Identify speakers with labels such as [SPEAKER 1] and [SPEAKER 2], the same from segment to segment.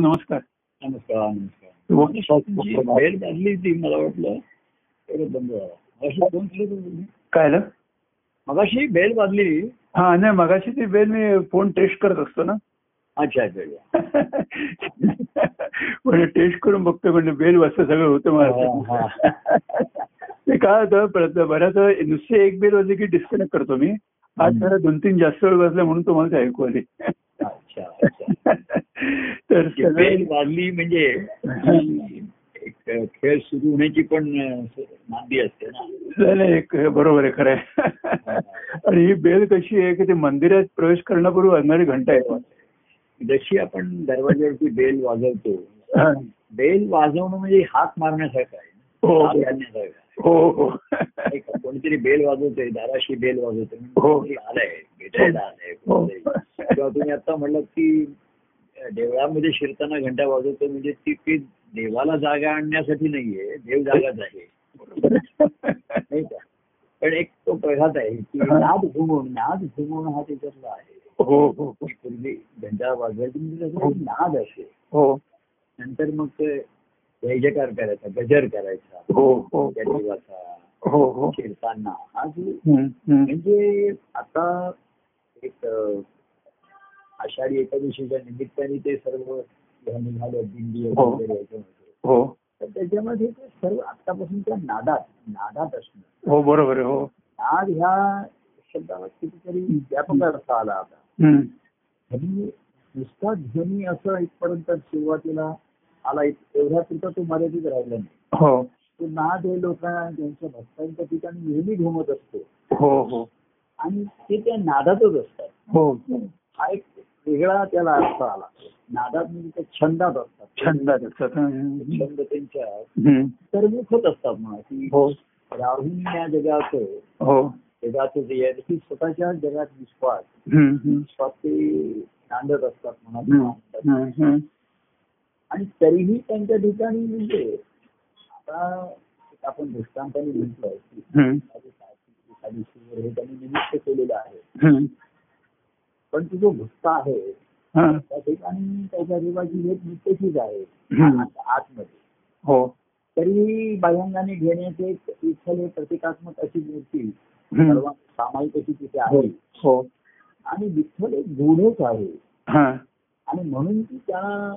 [SPEAKER 1] नमस्कार
[SPEAKER 2] नमस्कार नमस्कार
[SPEAKER 1] हो. जी,
[SPEAKER 2] बाहेर काढली ती मला वाटलं परत बंद झाला मगाशी फोन करत होते तुम्ही?
[SPEAKER 1] काय झालं?
[SPEAKER 2] मगाशी बेल वाजली
[SPEAKER 1] हा नाही मगाशी ती बेल मी फोन टेस्ट करत असतो ना
[SPEAKER 2] अच्छा अच्छा अच्छा.
[SPEAKER 1] म्हणजे टेस्ट करून बघतो म्हणजे बेल वाजता सगळं होतं
[SPEAKER 2] हा,
[SPEAKER 1] मला ते काय होतं प्रत- बऱ्याच वेळा नुसते एक बेल वाजली की डिस्कनेक्ट करतो मी आज
[SPEAKER 2] हम्म.
[SPEAKER 1] जरा दोन तीन जास्त वेळ वाजला म्हणून तुम्हाला ते ऐकू आले
[SPEAKER 2] अच्छा अच्छा
[SPEAKER 1] तर
[SPEAKER 2] ती बेल
[SPEAKER 1] सगळं-
[SPEAKER 2] वाजली म्हणजे ती एक खेळ सुरू होण्याची पण अं, नांदी असते ना
[SPEAKER 1] नाही, नाही, एक- बरोबर आहे खरं आहे आणि ही बेल कशी आहे की ते मंदिरात प्रवेश करण्यापूर्वी वाजणारी घंटा आहे
[SPEAKER 2] जशी आपण दरवाज्यावरती बेल वाजवतो
[SPEAKER 1] हा.
[SPEAKER 2] बेल वाजवणं म्हणजे हात मारण्यासारखं आहे
[SPEAKER 1] हो
[SPEAKER 2] हात घालण्यासारखं आहे.
[SPEAKER 1] हो हो
[SPEAKER 2] नाही का? कोणीतरी बेल वाजवतोय दाराशी बेल वाजवतोय म्हणजे
[SPEAKER 1] हो.
[SPEAKER 2] कोणीतरी आलंय भेटायला आलंय कोणीतरी. किंवा तुम्ही आता म्हणलं की अ, देवळामध्ये शिरताना घंटा वाजवतो म्हणजे ती ती देवाला जागा आणण्यासाठी नाहीये देव जागाच आहे नाही का पण एक तो प्रघात आहे की
[SPEAKER 1] हा.
[SPEAKER 2] नाद घुमवून नाद घुमवून हा त्याच्यातला आहे
[SPEAKER 1] हो हो
[SPEAKER 2] की पूर्वी घंटा वाजवायची म्हणजे त्याचा एक नाद असे
[SPEAKER 1] हो
[SPEAKER 2] नंतर मग ते जयजयकार करायचा गजर करायचा
[SPEAKER 1] हो हो
[SPEAKER 2] त्या देवाचा
[SPEAKER 1] हो हो
[SPEAKER 2] शिरताना हा जो
[SPEAKER 1] हम्म, हम्म.
[SPEAKER 2] म्हणजे आता एक अ, आषाढी एकादशीच्या निमित्ताने ते सर्व ह्या निघालं दिंडी
[SPEAKER 1] हो.
[SPEAKER 2] वगैरे याचं होतं.
[SPEAKER 1] हो
[SPEAKER 2] तर त्याच्यामध्ये ते सर्व आतापासून त्या नादात नादात असणं
[SPEAKER 1] हो बरोबर आहे हो
[SPEAKER 2] नाद ह्या शब्दाला कितीतरी व्यापक अर्थ आला आता
[SPEAKER 1] हम्म.
[SPEAKER 2] ध्वनी नुसता ध्वनी असं इथपर्यंत सुरुवातीला आला इत- एवढ्या पुरता तो मर्यादित राहिला नाही
[SPEAKER 1] हो
[SPEAKER 2] तो नाद हे लोकांना त्यांच्या भक्तांच्या ठिकाणी नेहमी घुमत असतो
[SPEAKER 1] हो हो
[SPEAKER 2] आणि ते त्या नादातच असतात
[SPEAKER 1] हो
[SPEAKER 2] हा एक वेगळा त्याला अर्थ आला नादात म्हणजे ते छंदात असतात
[SPEAKER 1] छंदात असतात हम्म.
[SPEAKER 2] छंद त्यांच्या
[SPEAKER 1] हम्म.
[SPEAKER 2] तरमुखत असतात म्हणा की
[SPEAKER 1] हो
[SPEAKER 2] राहून या जगाचं
[SPEAKER 1] हो
[SPEAKER 2] जगाचं जे आहे की स्वतःच्या जगात विश्वास
[SPEAKER 1] हम्म, हम्म.
[SPEAKER 2] विश्वास ते नांदत असतात म्हणा
[SPEAKER 1] हम्म,
[SPEAKER 2] किंवा
[SPEAKER 1] हम्म, हम्म.
[SPEAKER 2] आणि तरीही त्यांच्या ठिकाणी म्हणजे आता एक आपण दृष्टांताने म्हटलं की
[SPEAKER 1] हम्म,
[SPEAKER 2] एखादी साधी- एखादी सुंदर हे त्यांनी निमित्त केलेलं आहे
[SPEAKER 1] हम्म.
[SPEAKER 2] पण तो जो भुक्ता आहे
[SPEAKER 1] हा.
[SPEAKER 2] त्या ठिकाणी त्याच्या देवाची हे नित्यशीच आहे
[SPEAKER 1] हम्म.
[SPEAKER 2] आत- आतमध्ये
[SPEAKER 1] हो
[SPEAKER 2] तरी बाह्यांगाने घेण्याचे एक विठ्ठल हे प्रतिकात्मक अशी मूर्ती
[SPEAKER 1] हम्म.
[SPEAKER 2] सर्व सामायिक अशी तिथे
[SPEAKER 1] हो
[SPEAKER 2] आहे
[SPEAKER 1] हो
[SPEAKER 2] आणि विठ्ठल एक गुढच आहे
[SPEAKER 1] हा
[SPEAKER 2] आणि म्हणून ती त्याला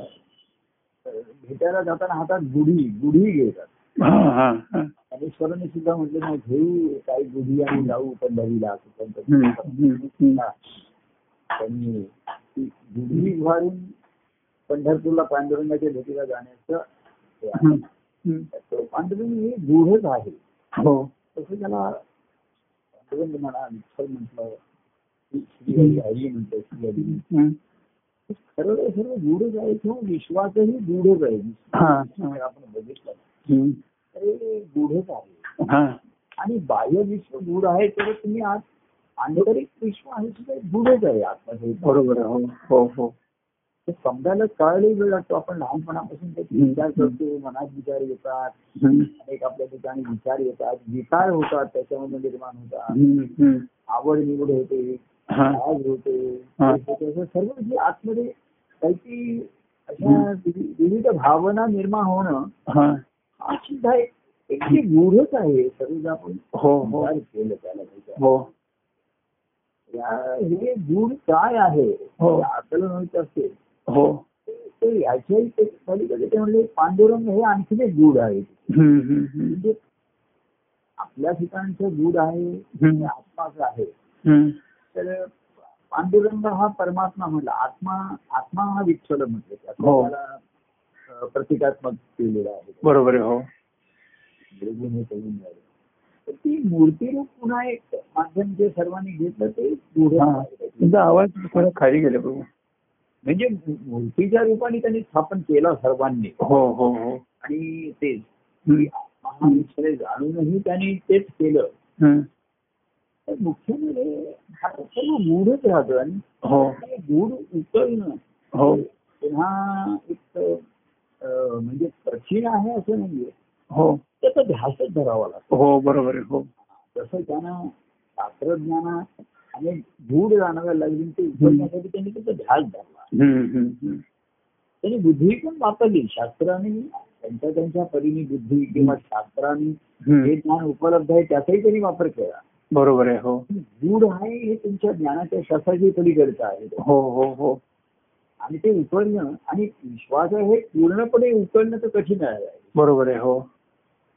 [SPEAKER 2] अं, भेटायला जाताना हातात गुढी गुढी घेतात
[SPEAKER 1] हा हा हा.
[SPEAKER 2] आणि स्वराने सुद्धा म्हटलं नाही घेऊ काही गुढी आणि जाऊ पंढरीला असं
[SPEAKER 1] हम्म,
[SPEAKER 2] त्यांचं
[SPEAKER 1] हम्म, हम्म.
[SPEAKER 2] त्यांनी ती गुढी उभारून पंढरपूरला पांडुरंगाच्या भेटीला जाण्याचं हे आहे.
[SPEAKER 1] हम्म, हम्म.
[SPEAKER 2] तर पांडुरंग हे गुढच आहे
[SPEAKER 1] हो
[SPEAKER 2] तसं त्याला पांडुरंग म्हणा विठ्ठल म्हटलं श्रीहरी हरी म्हणतो श्रीहरी
[SPEAKER 1] हम्म.
[SPEAKER 2] सर्व सर्व गुढच आहे किंवा विश्वासही गुढच आहे
[SPEAKER 1] हा
[SPEAKER 2] जर आपण बघितलं
[SPEAKER 1] हम्म.
[SPEAKER 2] तर हे गुढच आहे
[SPEAKER 1] हा
[SPEAKER 2] आणि बाह्य विश्व गुढ आहे तर तुम्ही आज आंतरिक विश्व आहे सुद्धा एक गुढच आहे आतमध्ये
[SPEAKER 1] बरोबर आहे. हो हो हो
[SPEAKER 2] ते समजायला कळायलाही वेळ लागतो आपण लहानपणापासून त्याचे
[SPEAKER 1] हम्म.
[SPEAKER 2] विचार करतो मनात विचार येतात
[SPEAKER 1] हम्म,
[SPEAKER 2] अनेक आपल्या ठिकाणी विचार येतात विकार होतात त्याच्यामध्ये निर्माण होतात
[SPEAKER 1] हम्म, हम्म.
[SPEAKER 2] आवड निवड होते
[SPEAKER 1] हा
[SPEAKER 2] राग होते
[SPEAKER 1] हा.
[SPEAKER 2] द्वेष होते. असं सर्व जे आतमध्ये काहीतरी अशा विवि- विविध भावना निर्माण होणं
[SPEAKER 1] हा
[SPEAKER 2] हा सुद्धा एक एक जे गूढच आहे सर्व जे आपण
[SPEAKER 1] हो हो
[SPEAKER 2] विचार केलं त्याला त्याच्या.
[SPEAKER 1] हो
[SPEAKER 2] या- हे गूढ काय आहे
[SPEAKER 1] हो.
[SPEAKER 2] हे आकलन होत असते
[SPEAKER 1] हो
[SPEAKER 2] ते- ते याच्याही ते- पलीकडे ते म्हणजे पांडुरंग हे आणखीन एक गूढ आहे
[SPEAKER 1] हम्म, हम्म, हम्म.
[SPEAKER 2] म्हणजे आपल्या ठिकाणचं गूढ आहे
[SPEAKER 1] हम्म.
[SPEAKER 2] हे आत्माचं आहे
[SPEAKER 1] हम्म.
[SPEAKER 2] तर पांडुरंग हा परमात्मा म्हटला आत्मा आत्मा हा विठ्ठल म्हटलं
[SPEAKER 1] हो.
[SPEAKER 2] त्याला अं, प्रतिकात्मक केलेला आहे
[SPEAKER 1] बरोबर आहे हो
[SPEAKER 2] निर्गुण हे करून झालं. तर ती मूर्तीरूप पुन्हा एक माध्यम जे सर्वांनी घेतलं ते गूढ
[SPEAKER 1] हा. तुमचा आवाज थोडा खाली गेला बघू
[SPEAKER 2] म्हणजे मूर्तीच्या रूपाने त्यांनी स्थापन केला सर्वांनी
[SPEAKER 1] हो हो हो
[SPEAKER 2] आणि तेच
[SPEAKER 1] हम्म,
[SPEAKER 2] आत्मा हा विठ्ठल आहे जाणूनही त्यांनी तेच केलं
[SPEAKER 1] हम्म.
[SPEAKER 2] तर मुख्य म्हणजे हा सर्व गूढच राहतो आणि
[SPEAKER 1] हो
[SPEAKER 2] ते गूढ उचलणं
[SPEAKER 1] हो
[SPEAKER 2] पुन्हा एक अं, म्हणजे कठीण आहे असं नाहीये
[SPEAKER 1] हो
[SPEAKER 2] त्याचा ध्यासच धरावा लागतो
[SPEAKER 1] हो बरोबर आहे हो
[SPEAKER 2] जसं त्यांना शास्त्रज्ञानात अनेक गूढ जाणवायला लागली ते उचलण्यासाठी त्यांनी त्याचा ध्यास धरला
[SPEAKER 1] हम्म, हम्म, हम्म.
[SPEAKER 2] त्यांनी बुद्धी पण वापरली शास्त्राने त्यांच्या त्यांच्या परीने बुद्धी किंवा शास्त्राने जे
[SPEAKER 1] हम्म.
[SPEAKER 2] ज्ञान उपलब्ध आहे त्याचाही त्यांनी वापर केला
[SPEAKER 1] बरोबर आहे हो
[SPEAKER 2] गूढ आहे हे तुमच्या ज्ञानाच्या शास्त्राची पलीकडचं आहे
[SPEAKER 1] हो हो हो
[SPEAKER 2] आणि ते उकळणं आणि विश्वास आहे हे पूर्णपणे उकळणं तर कठीण आहे
[SPEAKER 1] बरोबर आहे हो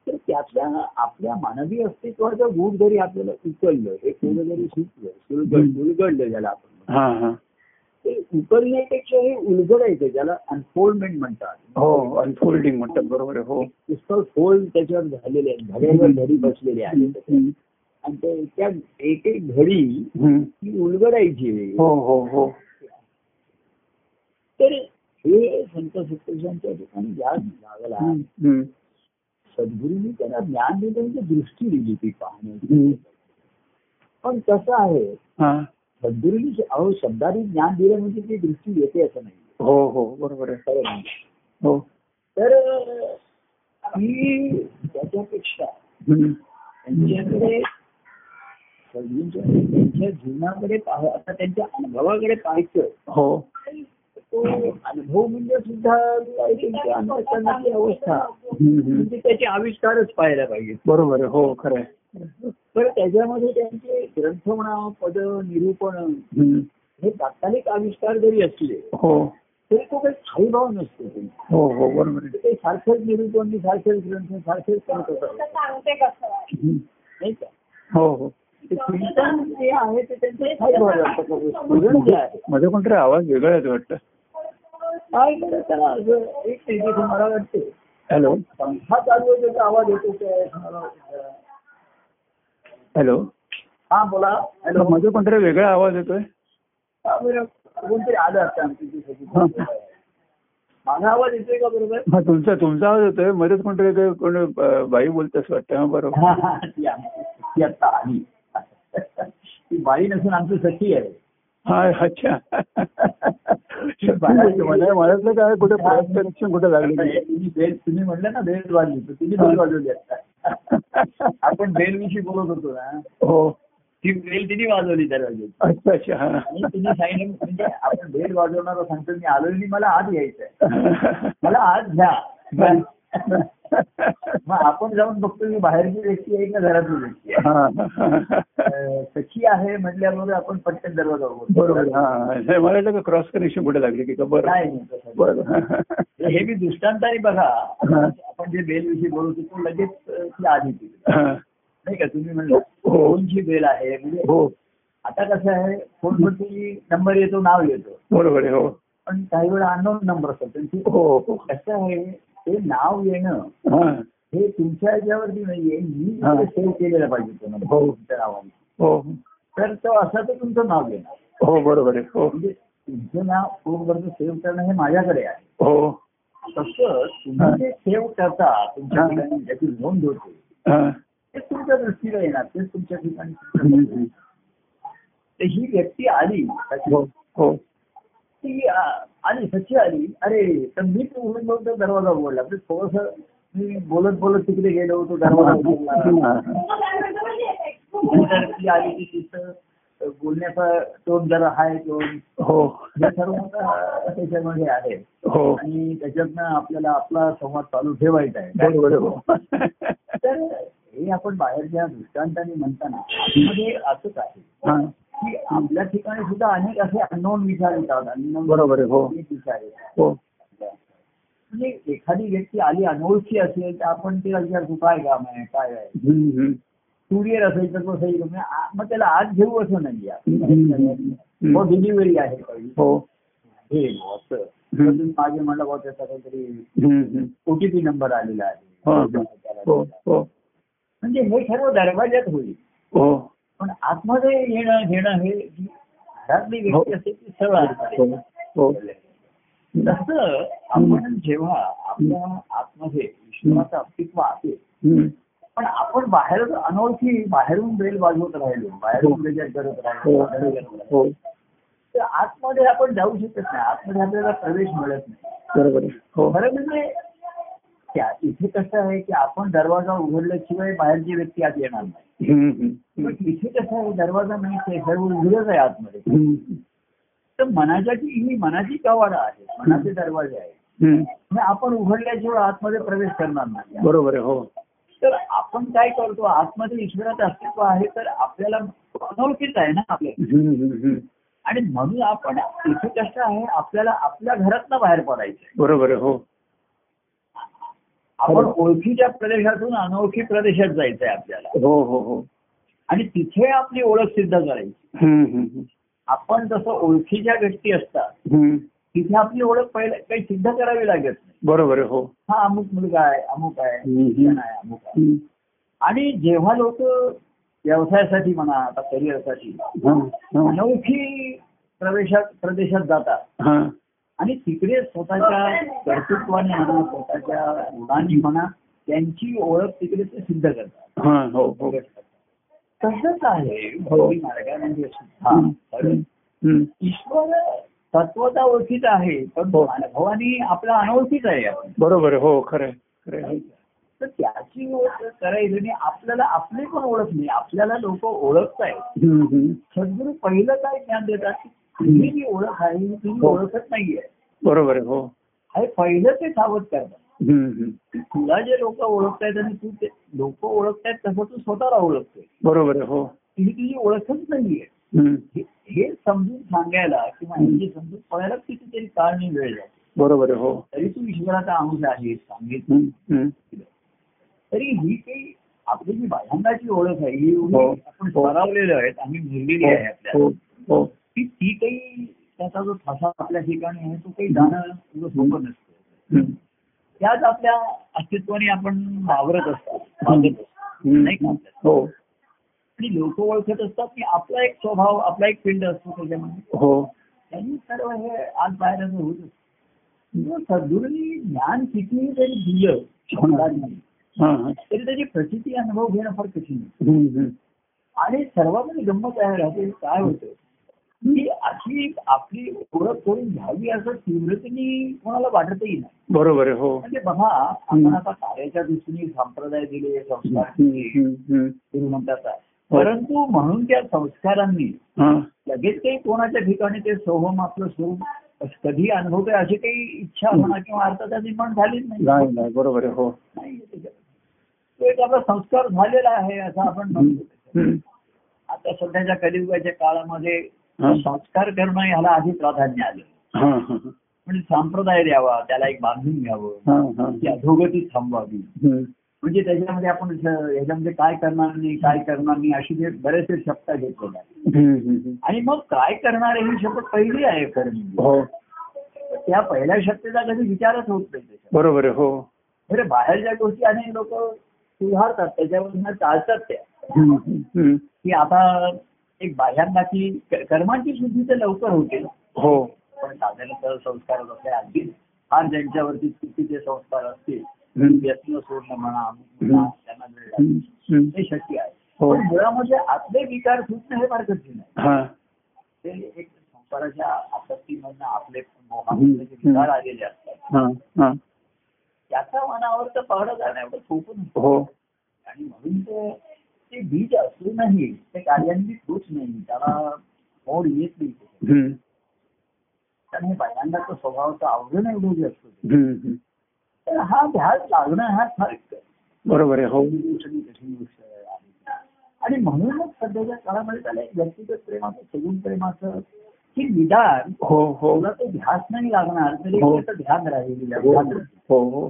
[SPEAKER 2] तर त्यातल्या आपल्या मानवी अस्तित्वाचा गूढ जरी आपल्याला उकळलं हे पूर्ण जरी सुटलं सुलगड
[SPEAKER 1] हम्म.
[SPEAKER 2] उलगडलं ज्याला आपण म्हणतो.
[SPEAKER 1] हा हा
[SPEAKER 2] ते उकळण्यापेक्षा हे उलगडायचं ज्याला अनफोल्डमेंट म्हणतात
[SPEAKER 1] हो अनफोल्डिंग म्हणतात बरोबर आहे हो
[SPEAKER 2] पुस्तक फोल्ड त्याच्यावर झालेले आहे घड्यावर घडी बसलेले आहे
[SPEAKER 1] हम्म.
[SPEAKER 2] आणि ते- त्या एक एक घडी
[SPEAKER 1] हम्म.
[SPEAKER 2] ही उलगडायची आहे.
[SPEAKER 1] हो हो हो
[SPEAKER 2] तर हे संत सत्पुरुषांच्या ठिकाणी ज्या लागला
[SPEAKER 1] हम्म. हम्म.
[SPEAKER 2] सद्गुरूंनी त्यांना ज्ञान दिलं म्हणजे दृष्टी दिली ती
[SPEAKER 1] हम्म.
[SPEAKER 2] पाहण्याची पण कसं आहे
[SPEAKER 1] हा
[SPEAKER 2] सद्गुरूंनी श- अहो शब्दाने ज्ञान दिलं म्हणजे ती दृष्टी येते असं नाही
[SPEAKER 1] हो हो बरोबर आहे
[SPEAKER 2] खरं म्हणजे.
[SPEAKER 1] हो
[SPEAKER 2] तर अं, आम्ही त्याच्यापेक्षा
[SPEAKER 1] हम्म.
[SPEAKER 2] त्यांच्याकडे सद्गुरूंच्या त्यांच्या जीवनाकडे पाह आता त्यांच्या अनुभवाकडे पाहायचं
[SPEAKER 1] हो
[SPEAKER 2] तो अनुभव म्हणजे सुद्धा त्यांच्या अंतःकरणाची अवस्था
[SPEAKER 1] हम्म. हम्म.
[SPEAKER 2] म्हणजे त्याचे आविष्कारच पाहायला पाहिजे
[SPEAKER 1] बरोबर आहे हो खरं आहे
[SPEAKER 2] तर त्याच्यामध्ये त्यांचे ग्रंथ म्हणा पद निरूपण
[SPEAKER 1] हम्म.
[SPEAKER 2] हे तात्कालिक आविष्कार जरी असले
[SPEAKER 1] हो
[SPEAKER 2] तरी तो काही खाईभाव नसतो त्यांचा.
[SPEAKER 1] हो हो बरोबर आहे
[SPEAKER 2] ते सारखंच निरूपण मी सारखेच ग्रंथ सारखेच करत असतात.
[SPEAKER 3] सांगते कसं
[SPEAKER 1] हम्म.
[SPEAKER 2] नाही का
[SPEAKER 1] हो हो
[SPEAKER 2] ते चिंतन जे आहे ते त्यांचं खाईभाव असतं. स्फुरण जे आहे
[SPEAKER 1] माझा कोणतरी आवाज वेगळा येतो वाटतं
[SPEAKER 2] काय करत त्याला असं एक ते जे मला वाटते
[SPEAKER 1] हॅलो
[SPEAKER 2] पंखा चालू आहे त्याचा आवाज येतो काय मला वाटतं.
[SPEAKER 1] हॅलो
[SPEAKER 2] हा बोला हॅलो
[SPEAKER 1] माझा कोणतरी वेगळा आवाज येतोय
[SPEAKER 2] हा, बरं. कोणतरी आलं असतं आमच्या इथे सगळी.
[SPEAKER 1] हा.
[SPEAKER 2] माझा आवाज येतोय का बरोबर
[SPEAKER 1] हा तुमचा तुमचा आवाज येतोय मध्येच कोणतरी ते कोण अ, बाई बोलतेस वाटतं हा बरोबर
[SPEAKER 2] हा, हा, ती आम- ती आता आली ती बाई नसून आमची सखी आहे
[SPEAKER 1] हा अच्छा मला मनातलं काय कुठे प्रॉस कनेक्शन कुठे लागले
[SPEAKER 2] आता हे तुम्ही बेल तुम्ही म्हणलं ना बेल वाजली तर तिने बेल वाजवली आता आपण बेल विषयी बोलत होतो ना
[SPEAKER 1] हो
[SPEAKER 2] ती बेल तिने वाजवली त्या राजेची.
[SPEAKER 1] अच्छा अच्छा हा
[SPEAKER 2] आणि तिने सांगितलं म्हणजे आपण बेल वाजवणारा सांगतो मी आलो नाही मला आत यायचंय मला आत घ्या मग आपण जाऊन बघतो मी बाहेरची व्यक्ती आहे का घरातली व्यक्ती आहे
[SPEAKER 1] हा, हा.
[SPEAKER 2] अं, सखी आहे म्हटल्याबरोबर आपण पटकन दरवाजा उघडतो.
[SPEAKER 1] बरोबर हा नाही, मला वाटलं का क्रॉस कनेक्शन कुठे लागले की का बरं
[SPEAKER 2] नाही, नाही, तसं नाही.
[SPEAKER 1] बरं हा.
[SPEAKER 2] हे मी दृष्टांताने बघा आपण जे बेल विषयी बोलत होतो लगेच अं, ती आधी ती
[SPEAKER 1] हा.
[SPEAKER 2] नाही का तुम्ही म्हणलं
[SPEAKER 1] हो.
[SPEAKER 2] फोनची बेल आहे म्हणजे
[SPEAKER 1] हो
[SPEAKER 2] आता कसं आहे फोनवरती नंबर येतो नाव येतो
[SPEAKER 1] बरोबर आहे हो
[SPEAKER 2] पण काही वेळा अननोन नंबर असतात पण ती-
[SPEAKER 1] हो हो
[SPEAKER 2] कसं आहे ते नाव येणं
[SPEAKER 1] हा
[SPEAKER 2] हे तुमच्या याच्यावरती नाहीये मी
[SPEAKER 1] हा.
[SPEAKER 2] सेव्ह केलेला पाहिजे तो number,
[SPEAKER 1] हो.
[SPEAKER 2] तुमच्या नावाने
[SPEAKER 1] हो
[SPEAKER 2] तर तो असा तर तुमचं नाव येणार
[SPEAKER 1] हो बरोबर आहे हो
[SPEAKER 2] म्हणजे तुमचं नाव फोनवरती सेव्ह करणं हे माझ्याकडे आहे
[SPEAKER 1] हो
[SPEAKER 2] तसं तुम्ही जे सेव्ह करता तुमच्या
[SPEAKER 1] हा.
[SPEAKER 2] ठिकाणी ज्याची नोंद होते
[SPEAKER 1] हा
[SPEAKER 2] ते तुमच्या दृष्टीला येणार तेच तुमच्या ठिकाणी
[SPEAKER 1] हम्म, हम्म.
[SPEAKER 2] तर ही व्यक्ती आली
[SPEAKER 1] हो हो
[SPEAKER 2] ती आ- आली सच्ची आली अरे तर मी तो उघडून बघतो दरवाजा उघडला म्हणजे थोडस मी बोलत बोलत तिकडे गेलो होतो दरवाजा उघडला
[SPEAKER 1] हा.
[SPEAKER 2] नंतर ती आली की तिथं बोलण्याचा टोन जरा हाय टोन
[SPEAKER 1] हो
[SPEAKER 2] हे सर्व आता त्याच्यामध्ये आहे
[SPEAKER 1] हो
[SPEAKER 2] आणि त्याच्यातनं आपल्याला आपला संवाद चालू ठेवायचा आहे
[SPEAKER 1] बरोबर आहे, हो
[SPEAKER 2] तर हे आपण बाहेरच्या दृष्टांताने म्हणताना म्हणजे असंच आहे
[SPEAKER 1] हा.
[SPEAKER 2] की आपल्या ठिकाणी सुद्धा अनेक असे अननोन विचार येतात unknown
[SPEAKER 1] बरोबर आहे, हो.
[SPEAKER 2] विचार येतात
[SPEAKER 1] हो
[SPEAKER 2] म्हणजे एखादी व्यक्ती आली अनोळखी असेल तर आपण तिला विचारतो काय काम आहे काय आहे
[SPEAKER 1] हम्म, हम्म.
[SPEAKER 2] कुरिअर असेल तर कसं येईल म्हणजे आ- मग त्याला आज घेऊ असं नाही
[SPEAKER 1] हम्म.
[SPEAKER 2] आहे हो डिलिव्हरी आहे पहिली.
[SPEAKER 1] हो
[SPEAKER 2] हे असं तर
[SPEAKER 1] हम्म.
[SPEAKER 2] तुम्ही मागे म्हणलं बा त्याचा काहीतरी
[SPEAKER 1] हम्म, हम्म.
[SPEAKER 2] ओटीपी नंबर आलेला
[SPEAKER 1] हा,
[SPEAKER 2] आहे
[SPEAKER 1] हा. हो हो
[SPEAKER 2] म्हणजे हे सर्व दरवाज्यात होईल
[SPEAKER 1] हो
[SPEAKER 2] पण आतमध्ये येणं घेणं हे जी घरातली व्यक्ती
[SPEAKER 1] हो.
[SPEAKER 2] असते ती सरळ असते.
[SPEAKER 1] हो हो
[SPEAKER 2] तसं आपण जेव्हा आपल्या आतमध्ये विश्वाचं अस्तित्व आहे
[SPEAKER 1] हम्म.
[SPEAKER 2] पण आपण बाहेर अनोळखी बाहेरून बेल वाजवत राहिलो बाहेरून बेजात करत राहिलो
[SPEAKER 1] हो
[SPEAKER 2] बाहेरून करत राहिलो.
[SPEAKER 1] हो
[SPEAKER 2] तर आतमध्ये आपण जाऊ शकत नाही आतमध्ये आपल्याला प्रवेश मिळत नाही
[SPEAKER 1] बरोबर आहे हो
[SPEAKER 2] खरं म्हणजे त्या इथे कसं आहे की आपण दरवाजा उघडल्याशिवाय बाहेरची व्यक्ती आत येणार नाही
[SPEAKER 1] हम्म, हम्म.
[SPEAKER 2] पण इथे कसं आहे दरवाजा नाही ते सर्व उघडच आहे आतमध्ये
[SPEAKER 1] हम्म.
[SPEAKER 2] तर मनाच्याची ही मनाची कवाडा आहे मनाचे दरवाजे आहे
[SPEAKER 1] हम्म.
[SPEAKER 2] मग आपण उघडल्याशिवाय आतमध्ये प्रवेश करणार नाही
[SPEAKER 1] बरोबर आहे हो
[SPEAKER 2] तर आपण काय करतो आतमध्ये ईश्वराचं अस्तित्व आहे तर आपल्याला अनोळखीच आहे ना आपल्याला
[SPEAKER 1] हम्म, हम्म, हम्म.
[SPEAKER 2] आणि म्हणून आपण इथे कसं आहे आपल्याला आपल्या घरातनं बाहेर पडायचं आहे.
[SPEAKER 1] बरोबर आहे हो
[SPEAKER 2] आपण ओळखीच्या प्रदेशातून अनोळखी प्रदेशात जायचं आहे आपल्याला
[SPEAKER 1] हो हो हो
[SPEAKER 2] आणि तिथे आपली ओळख सिद्ध करायची
[SPEAKER 1] हम्म, हम्म,
[SPEAKER 2] आपण जसं ओळखीच्या व्यक्ती असतात
[SPEAKER 1] हम्म.
[SPEAKER 2] तिथे आपली ओळख पहिले काही सिद्ध करावी लागत नाही
[SPEAKER 1] बरोबर आहे हो
[SPEAKER 2] हा अमुक मुलगा आहे अमुक आहे
[SPEAKER 1] हम्म.
[SPEAKER 2] शिक्षण आहे अमुक आहे
[SPEAKER 1] हम्म.
[SPEAKER 2] आणि जेव्हा लोक व्यवसायासाठी म्हणा आता करिअरसाठी
[SPEAKER 1] हा, हा.
[SPEAKER 2] अनोखी प्रवेशात प्रदेशात जातात
[SPEAKER 1] हा.
[SPEAKER 2] आणि तिकडे स्वतःच्या कर्तृत्वाने म्हणा स्वतःच्या गुणांनी म्हणा त्यांची ओळख तिकडे ते सिद्ध करतात
[SPEAKER 1] हा, हो हो
[SPEAKER 2] प्रगट करतात. तसंच आहे भक्ती मार्गामध्ये सुद्धा कारण
[SPEAKER 1] हम्म.
[SPEAKER 2] ईश्वर तत्वता ओळखीचा आहे पण
[SPEAKER 1] हो.
[SPEAKER 2] अनुभवानी आपला अनोळखीच आहे आपण
[SPEAKER 1] बरोबर आहे हो खरं आहे, खरं आहे.
[SPEAKER 2] तर त्याची ओळख करायची आणि आपल्याला आपली पण ओळख नाही आपल्याला लोक ओळखतायत
[SPEAKER 1] हम्म, हम्म.
[SPEAKER 2] सद्गुरू पहिलं काय ज्ञान देतात की तुम्ही जी ओळख आहे ही तुम्ही
[SPEAKER 1] हो.
[SPEAKER 2] ओळखत नाहीये
[SPEAKER 1] बरोबर आहे हो
[SPEAKER 2] हे पहिलं ते सावध करतात
[SPEAKER 1] हम्म, हम्म.
[SPEAKER 2] की तुला जे लोक ओळखतायत आणि तू ते लोक ओळखतायत तसं तू स्वतःला ओळखतोय
[SPEAKER 1] बरोबर आहे हो
[SPEAKER 2] ती ही तुझी ओळखच नाहीये
[SPEAKER 1] हम्म.
[SPEAKER 2] हे- हे समजून सांगायला किंवा हे जे समजून पळायला कितीतरी काळ आणि वेळ जातो
[SPEAKER 1] बरोबर आहे हो
[SPEAKER 2] तरी तू ईश्वराचा अंश आहे सांगितलं
[SPEAKER 1] हम्म, हम्म.
[SPEAKER 2] तरी ही काही आपली जी बाह्यांची ओळख आहे ही एवढी
[SPEAKER 1] हो.
[SPEAKER 2] आपण
[SPEAKER 1] हो.
[SPEAKER 2] ठरवलेलं आहे आम्ही भरलेली आहे आपल्याला
[SPEAKER 1] हो हो
[SPEAKER 2] ती ती काही त्याचा जो ठसा आपल्या ठिकाणी आहे तो काही जाणं एवढं सोपं नसतं
[SPEAKER 1] हम्म.
[SPEAKER 2] त्याच आपल्या अस्तित्वाने आपण वावरत असतो वागत असतो
[SPEAKER 1] हम्म.
[SPEAKER 2] नाही का
[SPEAKER 1] हो
[SPEAKER 2] आणि लोक ओळखत असतात की आपला एक स्वभाव आपला एक पिंड असतो त्याच्यामध्ये
[SPEAKER 1] हो
[SPEAKER 2] त्यांनी सर्व हे आज बाहेर असं होत असतं. मग सद्गुरूंनी ज्ञान कितीही जरी दिलं
[SPEAKER 1] हो
[SPEAKER 2] शब्दांनी,
[SPEAKER 1] हा हा
[SPEAKER 2] तरी त्याची प्रचिती अनुभव घेणं फार कठीण आहे
[SPEAKER 1] हम्म, हम्म.
[SPEAKER 2] आणि सर्वांमध्ये गंमत आहे राहते काय होतं की अशी आपली ओळख करून घ्यावी असं तीव्रतेने कोणाला वाटतही नाही
[SPEAKER 1] बरोबर आहे हो
[SPEAKER 2] म्हणजे बघा आपण आता कार्याच्या दृष्टीने संप्रदाय दिले संस्कार
[SPEAKER 1] हम्म, हो.
[SPEAKER 2] दिले
[SPEAKER 1] हम्म, हम्म.
[SPEAKER 2] श्रीमंताचा परंतु म्हणून त्या संस्कारांनी
[SPEAKER 1] हा.
[SPEAKER 2] लगेच काही कोणाच्या ठिकाणी ते सोहम आपलं स्वरूप कधी अनुभवते अशी काही इच्छा म्हणा किंवा अर्थता निर्माण झालीच नाही
[SPEAKER 1] नाही नाही बरोबर आहे हो
[SPEAKER 2] नाहीये त्याच्यात. तो एक आपला संस्कार झालेला आहे असं आपण
[SPEAKER 1] हम्म,
[SPEAKER 2] म्हणतो
[SPEAKER 1] हम्म.
[SPEAKER 2] आता सध्याच्या कलियुगाच्या काळामध्ये
[SPEAKER 1] हा.
[SPEAKER 2] संस्कार करणं ह्याला आधी प्राधान्य आले
[SPEAKER 1] हा, हा, हा.
[SPEAKER 2] म्हणजे संप्रदाय द्यावा त्याला एक बांधून घ्यावं
[SPEAKER 1] हा, हा.
[SPEAKER 2] ती अधोगती थांबवावी
[SPEAKER 1] हम्म.
[SPEAKER 2] म्हणजे त्याच्यामध्ये आपण स- याच्यामध्ये काय करणार नाही काय करणार नाही अशी जे बरेचसे शब्द घेतलेले आहेत
[SPEAKER 1] हम्म, हम्म, हम्म.
[SPEAKER 2] आणि मग काय करणार आहे ही शब्द पहिली आहे खरं म्हणजे.
[SPEAKER 1] हो
[SPEAKER 2] त्या पहिल्या शब्दाचा कधी विचारच होत नाही त्याच्यात.
[SPEAKER 1] बरोबर आहे हो
[SPEAKER 2] म्हणजे बाहेरच्या गोष्टी अनेक लोक सुधारतात त्याच्यावरून चालतात त्या
[SPEAKER 1] हम्म, हम्म, हम्म.
[SPEAKER 2] की आता एक बाह्यांची कर्मांची शुद्धी तर लवकर होते
[SPEAKER 1] हो
[SPEAKER 2] पण साधारणतः संस्कार असले आणखी फार ज्यांच्यावरती चुकीचे संस्कार असतील
[SPEAKER 1] हम्म,
[SPEAKER 2] व्यसन सोडणं म्हणा म्हणा, त्यांना वेळ लागतो.
[SPEAKER 1] हम्म, हम्म.
[SPEAKER 2] हे शक्य आहे
[SPEAKER 1] हो
[SPEAKER 2] पण मुळामध्ये आतले विकार सुटणं हे फार कठीण आहे
[SPEAKER 1] हा
[SPEAKER 2] ते एक संसाराच्या आपत्तीमधनं आपले मोहामध्ये जे विकार आलेले असतात
[SPEAKER 1] हा हा
[SPEAKER 2] त्याचा मनावर तर पाहणं जाणं एवढं सोपं नसतं.
[SPEAKER 1] हो
[SPEAKER 2] आणि म्हणून ते ते बीज असूनही ते कार्यान्वित होत नाही त्याला मोड येत नाही
[SPEAKER 1] हम्म,
[SPEAKER 2] कारण हे पहिल्यांदाचा स्वभावाचा आवडणं एवढं जे असतो ते.
[SPEAKER 1] हम्म, हम्म.
[SPEAKER 2] तर हा ध्यास लागणं हा फरक
[SPEAKER 1] बरोबर आहे हो
[SPEAKER 2] कठीण कठीण गोष्ट आहे आणि म्हणूनच सध्याच्या काळामध्ये त्याला एक व्यक्तिगत प्रेमाचं सगुण प्रेमाचं की निदान
[SPEAKER 1] हो हो
[SPEAKER 2] तुला तो ध्यास नाही लागणार तरी
[SPEAKER 1] हो.
[SPEAKER 2] त्याचं ध्यान राहील
[SPEAKER 1] हो
[SPEAKER 2] ध्यान राहील.
[SPEAKER 1] हो हो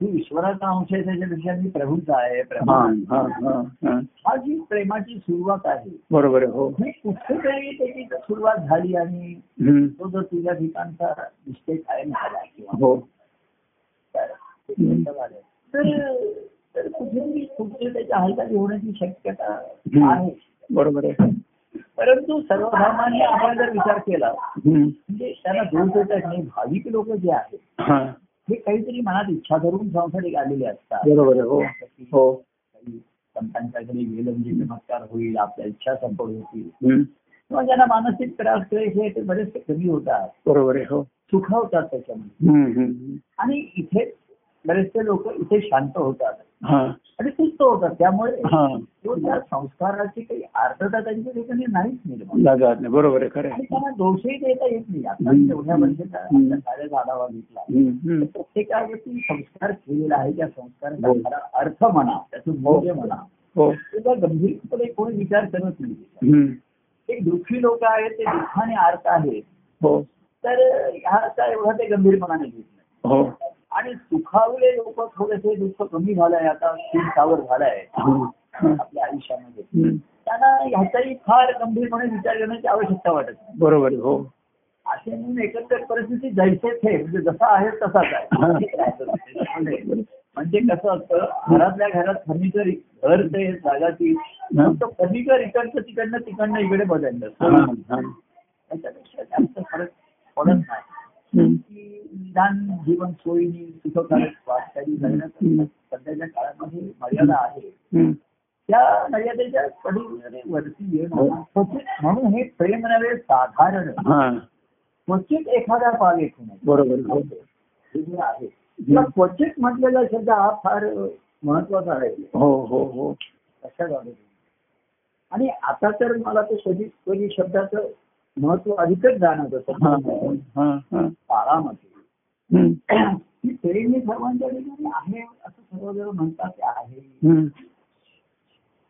[SPEAKER 2] तू ईश्वराचा अंश आहे त्याच्यापेक्षा मी प्रभूचा आहे
[SPEAKER 1] हा,
[SPEAKER 2] प्रभा
[SPEAKER 1] हा, हा, हा.
[SPEAKER 2] हा जी प्रेमाची सुरुवात आहे
[SPEAKER 1] बरोबर आहे हो
[SPEAKER 2] म्हणजे कुठेतरी त्याची तर सुरुवात झाली आणि
[SPEAKER 1] हम्म,
[SPEAKER 2] तो जर तुझ्या ठिकाणचा मिस्टेक आहे झाला किंवा
[SPEAKER 1] हो
[SPEAKER 2] काय, ते तुझं झालं. तर तर कुठेतरी कुठे त्याच्या हालचाली होण्याची शक्यता
[SPEAKER 1] हम्म.
[SPEAKER 2] आहे
[SPEAKER 1] बरोबर आहे
[SPEAKER 2] परंतु सर्वधर्माने आपण जर विचार केला
[SPEAKER 1] हम्म,
[SPEAKER 2] म्हणजे त्यांना दोष देतात नाही भाविक लोक जे आहेत
[SPEAKER 1] हा
[SPEAKER 2] हे काहीतरी मनात इच्छा धरून संसारिक आलेले असतात
[SPEAKER 1] बरोबर आहे हो हो
[SPEAKER 2] काही संतांच्या घरी गेलं म्हणजे चमत्कार होईल आपल्या इच्छा संपन्न होतील
[SPEAKER 1] हम्म,
[SPEAKER 2] किंवा ज्यांना मानसिक त्रास होईल, हे ते बरेचसे कमी होतात
[SPEAKER 1] बरोबर आहे हो
[SPEAKER 2] सुखावतात त्याच्यामध्ये
[SPEAKER 1] हम्म, हम्म,
[SPEAKER 2] आणि इथे बरेचसे लोक इथे शांत होतात
[SPEAKER 1] हा
[SPEAKER 2] आणि सुस्त होतात त्यामुळे
[SPEAKER 1] हा
[SPEAKER 2] त्या संस्काराची काही आर्द्रता त्यांच्या ठिकाणी नाहीच निर्माण
[SPEAKER 1] जात नाही बरोबर आहे खरं
[SPEAKER 2] आणि
[SPEAKER 1] आहे
[SPEAKER 2] त्यांना दोषही देता येत नाही आता
[SPEAKER 1] हम्म.
[SPEAKER 2] एवढ्या म्हणजे वर्षाचा
[SPEAKER 1] हम्म.
[SPEAKER 2] साडे झाडावा घेतला
[SPEAKER 1] हम्म, हम्म.
[SPEAKER 2] प्रत्येकावरती संस्कार केलेला आहे त्या संस्काराचा
[SPEAKER 1] हो.
[SPEAKER 2] खरा अर्थ म्हणा त्याचं मौल्य म्हणा
[SPEAKER 1] हो
[SPEAKER 2] त्याचा गंभीरपणे कोणी विचार करत नाही
[SPEAKER 1] हम्म.
[SPEAKER 2] एक दुःखी लोक आहेत ते दुःखाने आर्त आहेत
[SPEAKER 1] हो
[SPEAKER 2] तर ह्याचा एवढा ते गंभीरपणाने घेत नाही
[SPEAKER 1] हो
[SPEAKER 2] आणि सुखावले लोक थोडेसे दुःख कमी झालंय आता खूप सावर झालाय
[SPEAKER 1] हम्म. हम्म.
[SPEAKER 2] आपल्या आयुष्यामध्ये
[SPEAKER 1] हम्म.
[SPEAKER 2] त्यांना ह्याचाही फार गंभीरपणे विचार करण्याची आवश्यकता वाटत नाही
[SPEAKER 1] बरोबर आहे, हो
[SPEAKER 2] असे म्हणून एकंदर परिस्थिती जैसे थे म्हणजे जसा आहे तसाच
[SPEAKER 1] हा.
[SPEAKER 2] आहे म्हणजे कसं असतं घरातल्या घरात फर्निचर घर ते जागा ती
[SPEAKER 1] हा.
[SPEAKER 2] फक्त फर्निचर इकडचं तिकडनं तिकडनं इकडे बदललं
[SPEAKER 1] हा, हा.
[SPEAKER 2] त्याच्यापेक्षा जास्त फरक पडत नाही
[SPEAKER 1] हम्म.
[SPEAKER 2] की निदान जीवन सोयीनी सुखकारक स्वास्थ्याने जगण्यासाठी सध्याच्या काळामध्ये मर्यादा आहे
[SPEAKER 1] हम्म.
[SPEAKER 2] त्या मर्यादेच्या पलीकडे वरती येणं क्वचित म्हणून हे प्रेम नव्हे साधारण
[SPEAKER 1] हो. हा
[SPEAKER 2] क्वचित एखादा भाग येतो
[SPEAKER 1] बरोबर हो
[SPEAKER 2] हे जे आहे किंवा क्वचित म्हटलेला शब्द हा फार महत्वाचा आहे
[SPEAKER 1] हो हो हो
[SPEAKER 2] अशा बाबतीत आणि आता तर मला ते कधी कधी शब्दाचं महत्व अधिकच जाणवतं
[SPEAKER 1] हा
[SPEAKER 2] सध्या
[SPEAKER 1] हा हा
[SPEAKER 2] काळामध्ये
[SPEAKER 1] हम्म.
[SPEAKER 2] की प्रेम हे सर्वांच्या ठिकाणी आहे असं सर्व जण म्हणतात ते आहे
[SPEAKER 1] हम्म.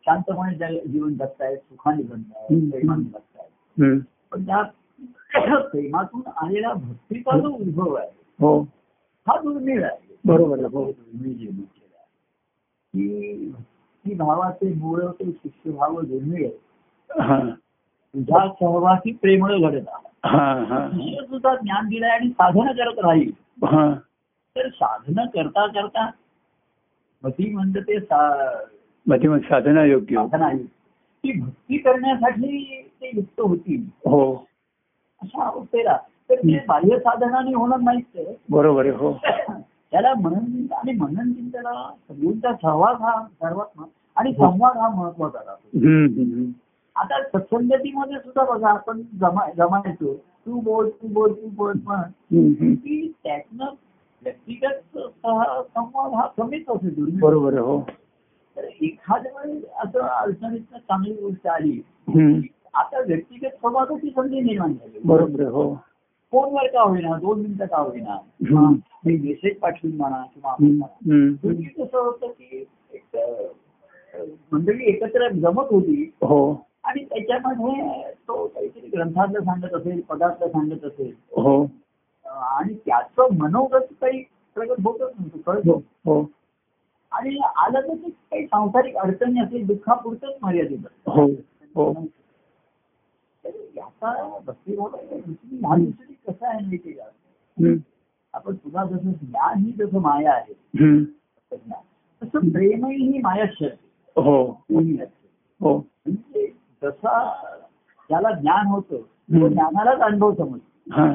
[SPEAKER 2] शांतपणे जग- जीवन जगतायत सुखाने जगतायत
[SPEAKER 1] हम्म.
[SPEAKER 2] प्रेमाने जगतायत
[SPEAKER 1] हम्म.
[SPEAKER 2] पण त्या प्रेमातून आलेला भक्तीचा जो उद्भव आहे
[SPEAKER 1] हो
[SPEAKER 2] हा दुर्मिळ आहे
[SPEAKER 1] बरोबर आहे, हो.
[SPEAKER 2] दुर्मिळ जीवन केलं आहे. की भक्ती भावाचे मूळ ते शिष्यभाव दुर्मिळ आहे
[SPEAKER 1] हा
[SPEAKER 2] तुझ्या सहवासी प्रेमळ घडत आहे.
[SPEAKER 1] हा हा
[SPEAKER 2] शिष्य सुद्धा ज्ञान दिलंय आणि साधना करत राहील
[SPEAKER 1] हा
[SPEAKER 2] तर साधना करता करता मती म्हणजे ते सा-
[SPEAKER 1] मग ते मग साधना योग्य हो.
[SPEAKER 2] साधन आहे ती भक्ती करण्यासाठी ते युक्त होतील
[SPEAKER 1] हो
[SPEAKER 2] अशा अवस्थेला तर ते बाह्य साधनाने होणार नाहीच ते.
[SPEAKER 1] बरोबर आहे हो
[SPEAKER 2] त्याला मनन आणि मनन चिंतनाला सगळ्यांचा सहवास हा सर्वात मह- आणि
[SPEAKER 1] हो.
[SPEAKER 2] संवाद हा महत्वाचा राहतो
[SPEAKER 1] हम्म, हम्म, हम्म.
[SPEAKER 2] आता सत्संगतीमध्ये सुद्धा बघा आपण जमा जमायचो तू बोल तू बोल तू बोल पण
[SPEAKER 1] हम्म, हम्म.
[SPEAKER 2] की त्यातनं व्यक्तिगत सह- संवाद हा कमीच असे दुर्मिळ
[SPEAKER 1] बरोबर आहे, हो
[SPEAKER 2] तर एखाद्या वेळेस असं अडचणीतनं चांगली गोष्ट आली
[SPEAKER 1] हम्म.
[SPEAKER 2] आता व्यक्तिगत संवादाची संधी निर्माण झाली
[SPEAKER 1] बरोबर आहे, हो
[SPEAKER 2] फोनवर का होईना दोन मिनिटं का होईना
[SPEAKER 1] हम्म.
[SPEAKER 2] काही मेसेज पाठवून म्हणा किंवा आपण
[SPEAKER 1] हम्म,
[SPEAKER 2] म्हणा.
[SPEAKER 1] हम्म,
[SPEAKER 2] पूर्वी
[SPEAKER 1] हम्म.
[SPEAKER 2] कसं होतं की एक, अ, मंडळी एकत्र जमत होती
[SPEAKER 1] हो
[SPEAKER 2] आणि त्याच्यामध्ये तो काहीतरी ग्रंथातलं सांगत असेल पदार्थ सांगत असेल
[SPEAKER 1] हो
[SPEAKER 2] अ, आणि त्याचं मनोगत काही प्रगट होतच नव्हतं कळत
[SPEAKER 1] हो
[SPEAKER 2] होतं.
[SPEAKER 1] हो
[SPEAKER 2] आणि आलं तर ते काही सांसारिक अडचणी असेल दुःखापुरतच मर्यादित असतं.
[SPEAKER 1] हो हो
[SPEAKER 2] तर याचा भक्तिभाव लहान दुसरी कसं आहे माहिती का
[SPEAKER 1] हम्म,
[SPEAKER 2] आपण पुन्हा जसं ज्ञान ही जसं माया आहे
[SPEAKER 1] हम्म.
[SPEAKER 2] तज्ञान. तसं प्रेमही ही मायाच ठरते
[SPEAKER 1] हो
[SPEAKER 2] मोहिनी असते.
[SPEAKER 1] हो
[SPEAKER 2] म्हणजे जसा ज्याला ज्ञान होतं तो
[SPEAKER 1] हम्म.
[SPEAKER 2] ज्ञानालाच अनुभव समजतो
[SPEAKER 1] हा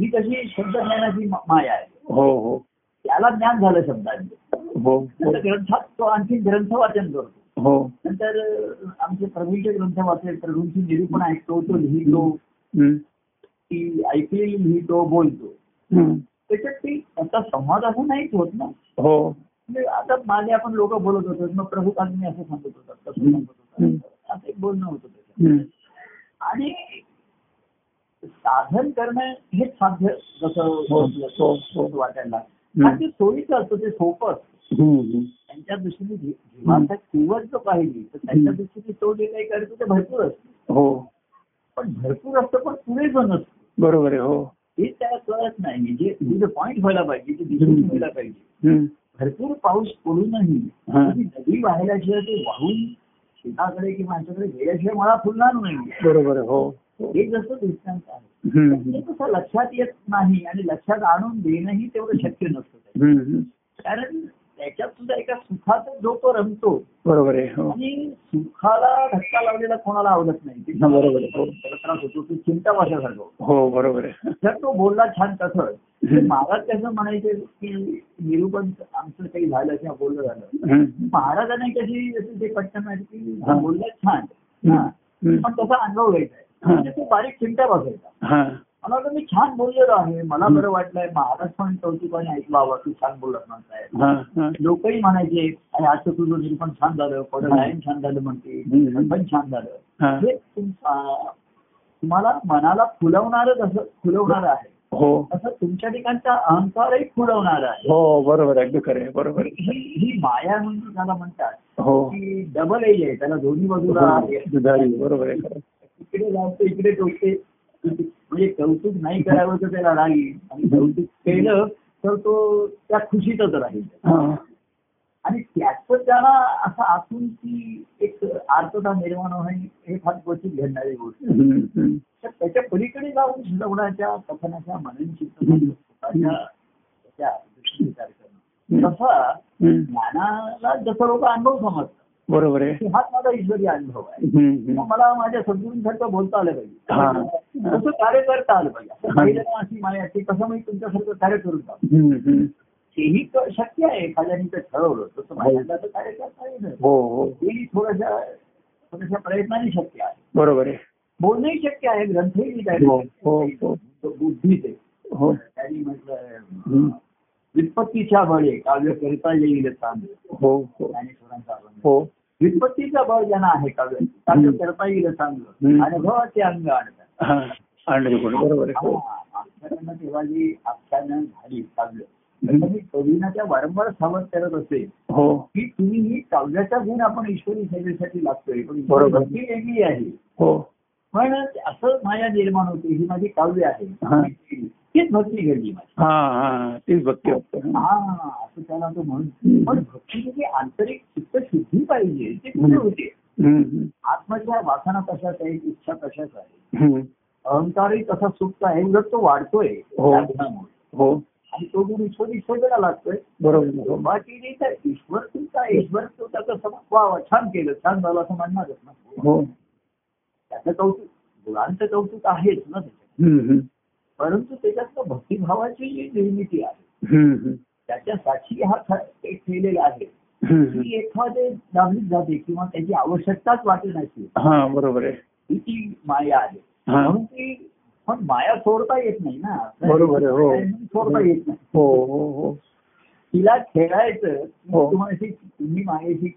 [SPEAKER 2] ही कशी शब्द ज्ञानाची मा- माया आहे
[SPEAKER 1] हो हो
[SPEAKER 2] त्याला ज्ञान झालं शब्दांचे
[SPEAKER 1] हो हो
[SPEAKER 2] नंतर ग्रंथात तो आणखी ग्रंथ वाचन करतो
[SPEAKER 1] हो
[SPEAKER 2] नंतर अं, आमचे प्रभूंचे ग्रंथ वाचले प्रभूंची निरूपण ऐकतो तो लिहितो
[SPEAKER 1] हम्म,
[SPEAKER 2] ती ऐकलेली लिहितो बोलतो
[SPEAKER 1] हम्म.
[SPEAKER 2] त्याच्यात ते आता संवाद असं नाहीच होत ना
[SPEAKER 1] हो
[SPEAKER 2] म्हणजे आता मागे आपण लोक बोलत होतो मग प्रभू काल मी असं सांगत होता तसं सांगत
[SPEAKER 1] हम्म.
[SPEAKER 2] होता असं एक बोलणं होतं त्याच्यात
[SPEAKER 1] हम्म.
[SPEAKER 2] आणि साधन करणं हेच साध्य जसं
[SPEAKER 1] हो, हो, हो.
[SPEAKER 2] सोपं वाटायला लागलं. आणि ते सोयीचं असतं ते सोपं असतं.
[SPEAKER 1] हम्म, हम्म.
[SPEAKER 2] त्यांच्या दृष्टीने जी- जीवाचा किंमत जो पाहिजे तर त्यांच्या
[SPEAKER 1] हम्म.
[SPEAKER 2] दृष्टीने तो जे काही करतो ते भरपूर असतं
[SPEAKER 1] हो
[SPEAKER 2] पण भरपूर असतं पण पुरेसं नसतं
[SPEAKER 1] बरोबर आहे हो
[SPEAKER 2] हे त्याला कळत नाही म्हणजे जे तुझं पॉईंट व्हायला पाहिजे ते
[SPEAKER 1] हम्म.
[SPEAKER 2] दिसून व्हायला पाहिजे
[SPEAKER 1] हम्म.
[SPEAKER 2] भरपूर पाऊस पडूनही
[SPEAKER 1] हा.
[SPEAKER 2] ती नदी वाहिल्याशिवाय ते वाहून शेताकडे किंवा माणसाकडे गेल्याशिवाय मला फुलणार नाही
[SPEAKER 1] बरोबर आहे, हो हो.
[SPEAKER 2] हे जसं दृष्टांत आहे
[SPEAKER 1] हम्म,
[SPEAKER 2] ते
[SPEAKER 1] हम्म.
[SPEAKER 2] कसं लक्षात येत नाही आणि लक्षात आणून देणंही तेवढं शक्य नसतं त्याच्यात.
[SPEAKER 1] हम्म, हम्म.
[SPEAKER 2] कारण त्याच्यात सुद्धा एका सुखाचा जो तो रमतो
[SPEAKER 1] बरोबर आहे हो
[SPEAKER 2] आणि सुखाला धक्का लावलेला कोणाला आवडत नाही ते
[SPEAKER 1] हा, बरोबर आहे. हो.
[SPEAKER 2] त्याला त्रास होतो तो चिंता भाषासारखा होतो.
[SPEAKER 1] हो बरोबर आहे
[SPEAKER 2] जर तो बोलला छान तसंच तर
[SPEAKER 1] हम्म.
[SPEAKER 2] महाराज त्याचं म्हणायचे की निरूपण आमचं काही झालं किंवा बोललं झालं
[SPEAKER 1] हम्म.
[SPEAKER 2] महाराजांनी कधी जसं ते पटकन माहिती की
[SPEAKER 1] हा.
[SPEAKER 2] बोलला छान
[SPEAKER 1] हम्म.
[SPEAKER 2] हा.
[SPEAKER 1] हम्म.
[SPEAKER 2] पण तसा अनुभव घ्यायचा
[SPEAKER 1] हा.
[SPEAKER 2] म्हणजे तो बारीक चिंता बसायचा
[SPEAKER 1] हा
[SPEAKER 2] मला वाटलं मी छान बोललेलो आहे मला बरं वाटलंय महाराज पण कौतुकाने ऐकलं तू छान बोलत म्हणताय
[SPEAKER 1] हा, हा.
[SPEAKER 2] लोकही म्हणायचे अरे आजचं तुझं निरूपण छान झालं पडलं आहे छान झालं म्हणते
[SPEAKER 1] हम्म.
[SPEAKER 2] पण छान झालं
[SPEAKER 1] हा.
[SPEAKER 2] हे तुम- आ, तुम्हाला मनाला फुलवणारच असं फुलवणार आहे
[SPEAKER 1] हो
[SPEAKER 2] असं तुमच्या ठिकाणचा अहंकारही फुलवणार आहे
[SPEAKER 1] हो बरोबर आहे, अगदी खरं आहे बरोबर आहे.
[SPEAKER 2] ही ही माया म्हणून त्याला म्हणतात
[SPEAKER 1] हो
[SPEAKER 2] की डबल एज आहे त्याला दोन्ही बाजूला आहे.
[SPEAKER 1] दुधारी बरोबर आहे खरं
[SPEAKER 2] इकडे जातो इकडे टोकते म्हणजे कौतुक नाही करावं तर त्याला राग येईल आणि कौतुक केलं तर तो त्या खुशीतच राहील
[SPEAKER 1] हा.
[SPEAKER 2] आणि त्याचं त्याला असं आतून ती एक आर्थता निर्माण होणे हे फार क्वचित घडणारी गोष्ट
[SPEAKER 1] हम्म, हम्म.
[SPEAKER 2] तर त्याच्या पलीकडे जाऊन श्रवणाच्या कथनाच्या मनन चिंतनाच्या स्वतःच्या त्याच्या दृष्टी विचार करणं तसा
[SPEAKER 1] हम्म.
[SPEAKER 2] ज्ञानाला जसं लोक अनुभव समजतात
[SPEAKER 1] बरोबर आहे
[SPEAKER 2] की हाच माझा ईश्वरी अनुभव आहे
[SPEAKER 1] हम्म, हम्म.
[SPEAKER 2] मग मला माझ्या सद्गुरूंसारखं बोलता आलं पाहिजे
[SPEAKER 1] हा.
[SPEAKER 2] तसं कार्य करता आलं पाहिजे असं
[SPEAKER 1] हा.
[SPEAKER 2] पहिल्यांदा अशी माया की कसं मी तुमच्यासारखं कार्य करून टाकू
[SPEAKER 1] हम्म, हम्म.
[SPEAKER 2] तेही क- शक्य आहे एखाद्याने ते ठरवलं तसं पहिल्यांदा तर कार्य करता येईल
[SPEAKER 1] हो हो
[SPEAKER 2] तेही थोड्याशा थोड्याशा प्रयत्नाने शक्य आहे
[SPEAKER 1] बरोबर आहे
[SPEAKER 2] बोलणंही शक्य आहे ग्रंथही
[SPEAKER 1] हो, हो, हो.
[SPEAKER 2] बुद्धीच आहे
[SPEAKER 1] हो
[SPEAKER 2] त्यांनी म्हटलं
[SPEAKER 1] हम्म.
[SPEAKER 2] व्युत्पत्तीच्या बळे काव्य करता येईल चांगलं
[SPEAKER 1] हो हो
[SPEAKER 2] ज्ञानेश्वरांचा अभंग.
[SPEAKER 1] हो
[SPEAKER 2] व्युत्पत्तीचा बळ ज्यांना आहे काव्य काव्य करता येईल चांगलं
[SPEAKER 1] हम्म.
[SPEAKER 2] अनुभवाचे अंग आणतात
[SPEAKER 1] हा आणले कोण बरोबर आहे हो
[SPEAKER 2] आख्यानांना तेव्हा जी आख्यानं झाली काव्य
[SPEAKER 1] हम्म.
[SPEAKER 2] तर मी कवींना त्या वारंवार सावध करत असेल
[SPEAKER 1] हो
[SPEAKER 2] की तुम्ही ही काव्याचा गुण आपण ईश्वरी सेवेसाठी लागतोय पण ईश्वरी
[SPEAKER 1] बरोबर.
[SPEAKER 2] भक्ती वेगळी आहे
[SPEAKER 1] हो
[SPEAKER 2] पण असं माया निर्माण होते ही माझी काव्य आहे
[SPEAKER 1] हा.
[SPEAKER 2] तीच भक्ती घडली माझी
[SPEAKER 1] हा हा तीच भक्ती वाटतं हा.
[SPEAKER 2] हा असं त्याला तो म्हणून
[SPEAKER 1] हम्म.
[SPEAKER 2] पण भक्तीची जी आंतरिक चित्त शुद्धी पाहिजे ते कुठे
[SPEAKER 1] हम्म.
[SPEAKER 2] होते
[SPEAKER 1] हम्म, हम्म.
[SPEAKER 2] आत्मच्या वासना कशाच आहेत इच्छा कशाच आहे
[SPEAKER 1] हम्म.
[SPEAKER 2] अहंकारही कसा सुप्त आहे उलट तो वाढतोय
[SPEAKER 1] हो.
[SPEAKER 2] त्या गुणामुळे
[SPEAKER 1] हो
[SPEAKER 2] आणि तो गुण ईश्वर ईश्वराला लागतोय
[SPEAKER 1] बरोबर हो
[SPEAKER 2] बाकी नाही तर ईश्वर तुमचा ईश्वर तो त्याचा सम वा वा, छान केलं छान झालं असं म्हणणारच ना
[SPEAKER 1] हो
[SPEAKER 2] त्याचं कौतुक गुणांचं कौतुक आहेच ना त्याच्यात
[SPEAKER 1] हम्म, हम्म.
[SPEAKER 2] परंतु त्याच्यात भक्तिभावाची जी निर्मिती आहे
[SPEAKER 1] हम्म, हम्म.
[SPEAKER 2] त्याच्यासाठी हा ख- एक केलेला आहे
[SPEAKER 1] हम्म, हम्म.
[SPEAKER 2] ती एखादे दाबलीच जाते किंवा त्याची आवश्यकताच वाटेल अशी
[SPEAKER 1] हा बरोबर आहे
[SPEAKER 2] ही ती माया आहे
[SPEAKER 1] हा
[SPEAKER 2] म्हणून ती पण माया सोडता येत नाही ना
[SPEAKER 1] बरोबर आहे, हो.
[SPEAKER 2] सोडता येत नाही
[SPEAKER 1] हो हो हो
[SPEAKER 2] तिला खेळायचं
[SPEAKER 1] हो.
[SPEAKER 2] तुम्हाला तुम्ही मायाशी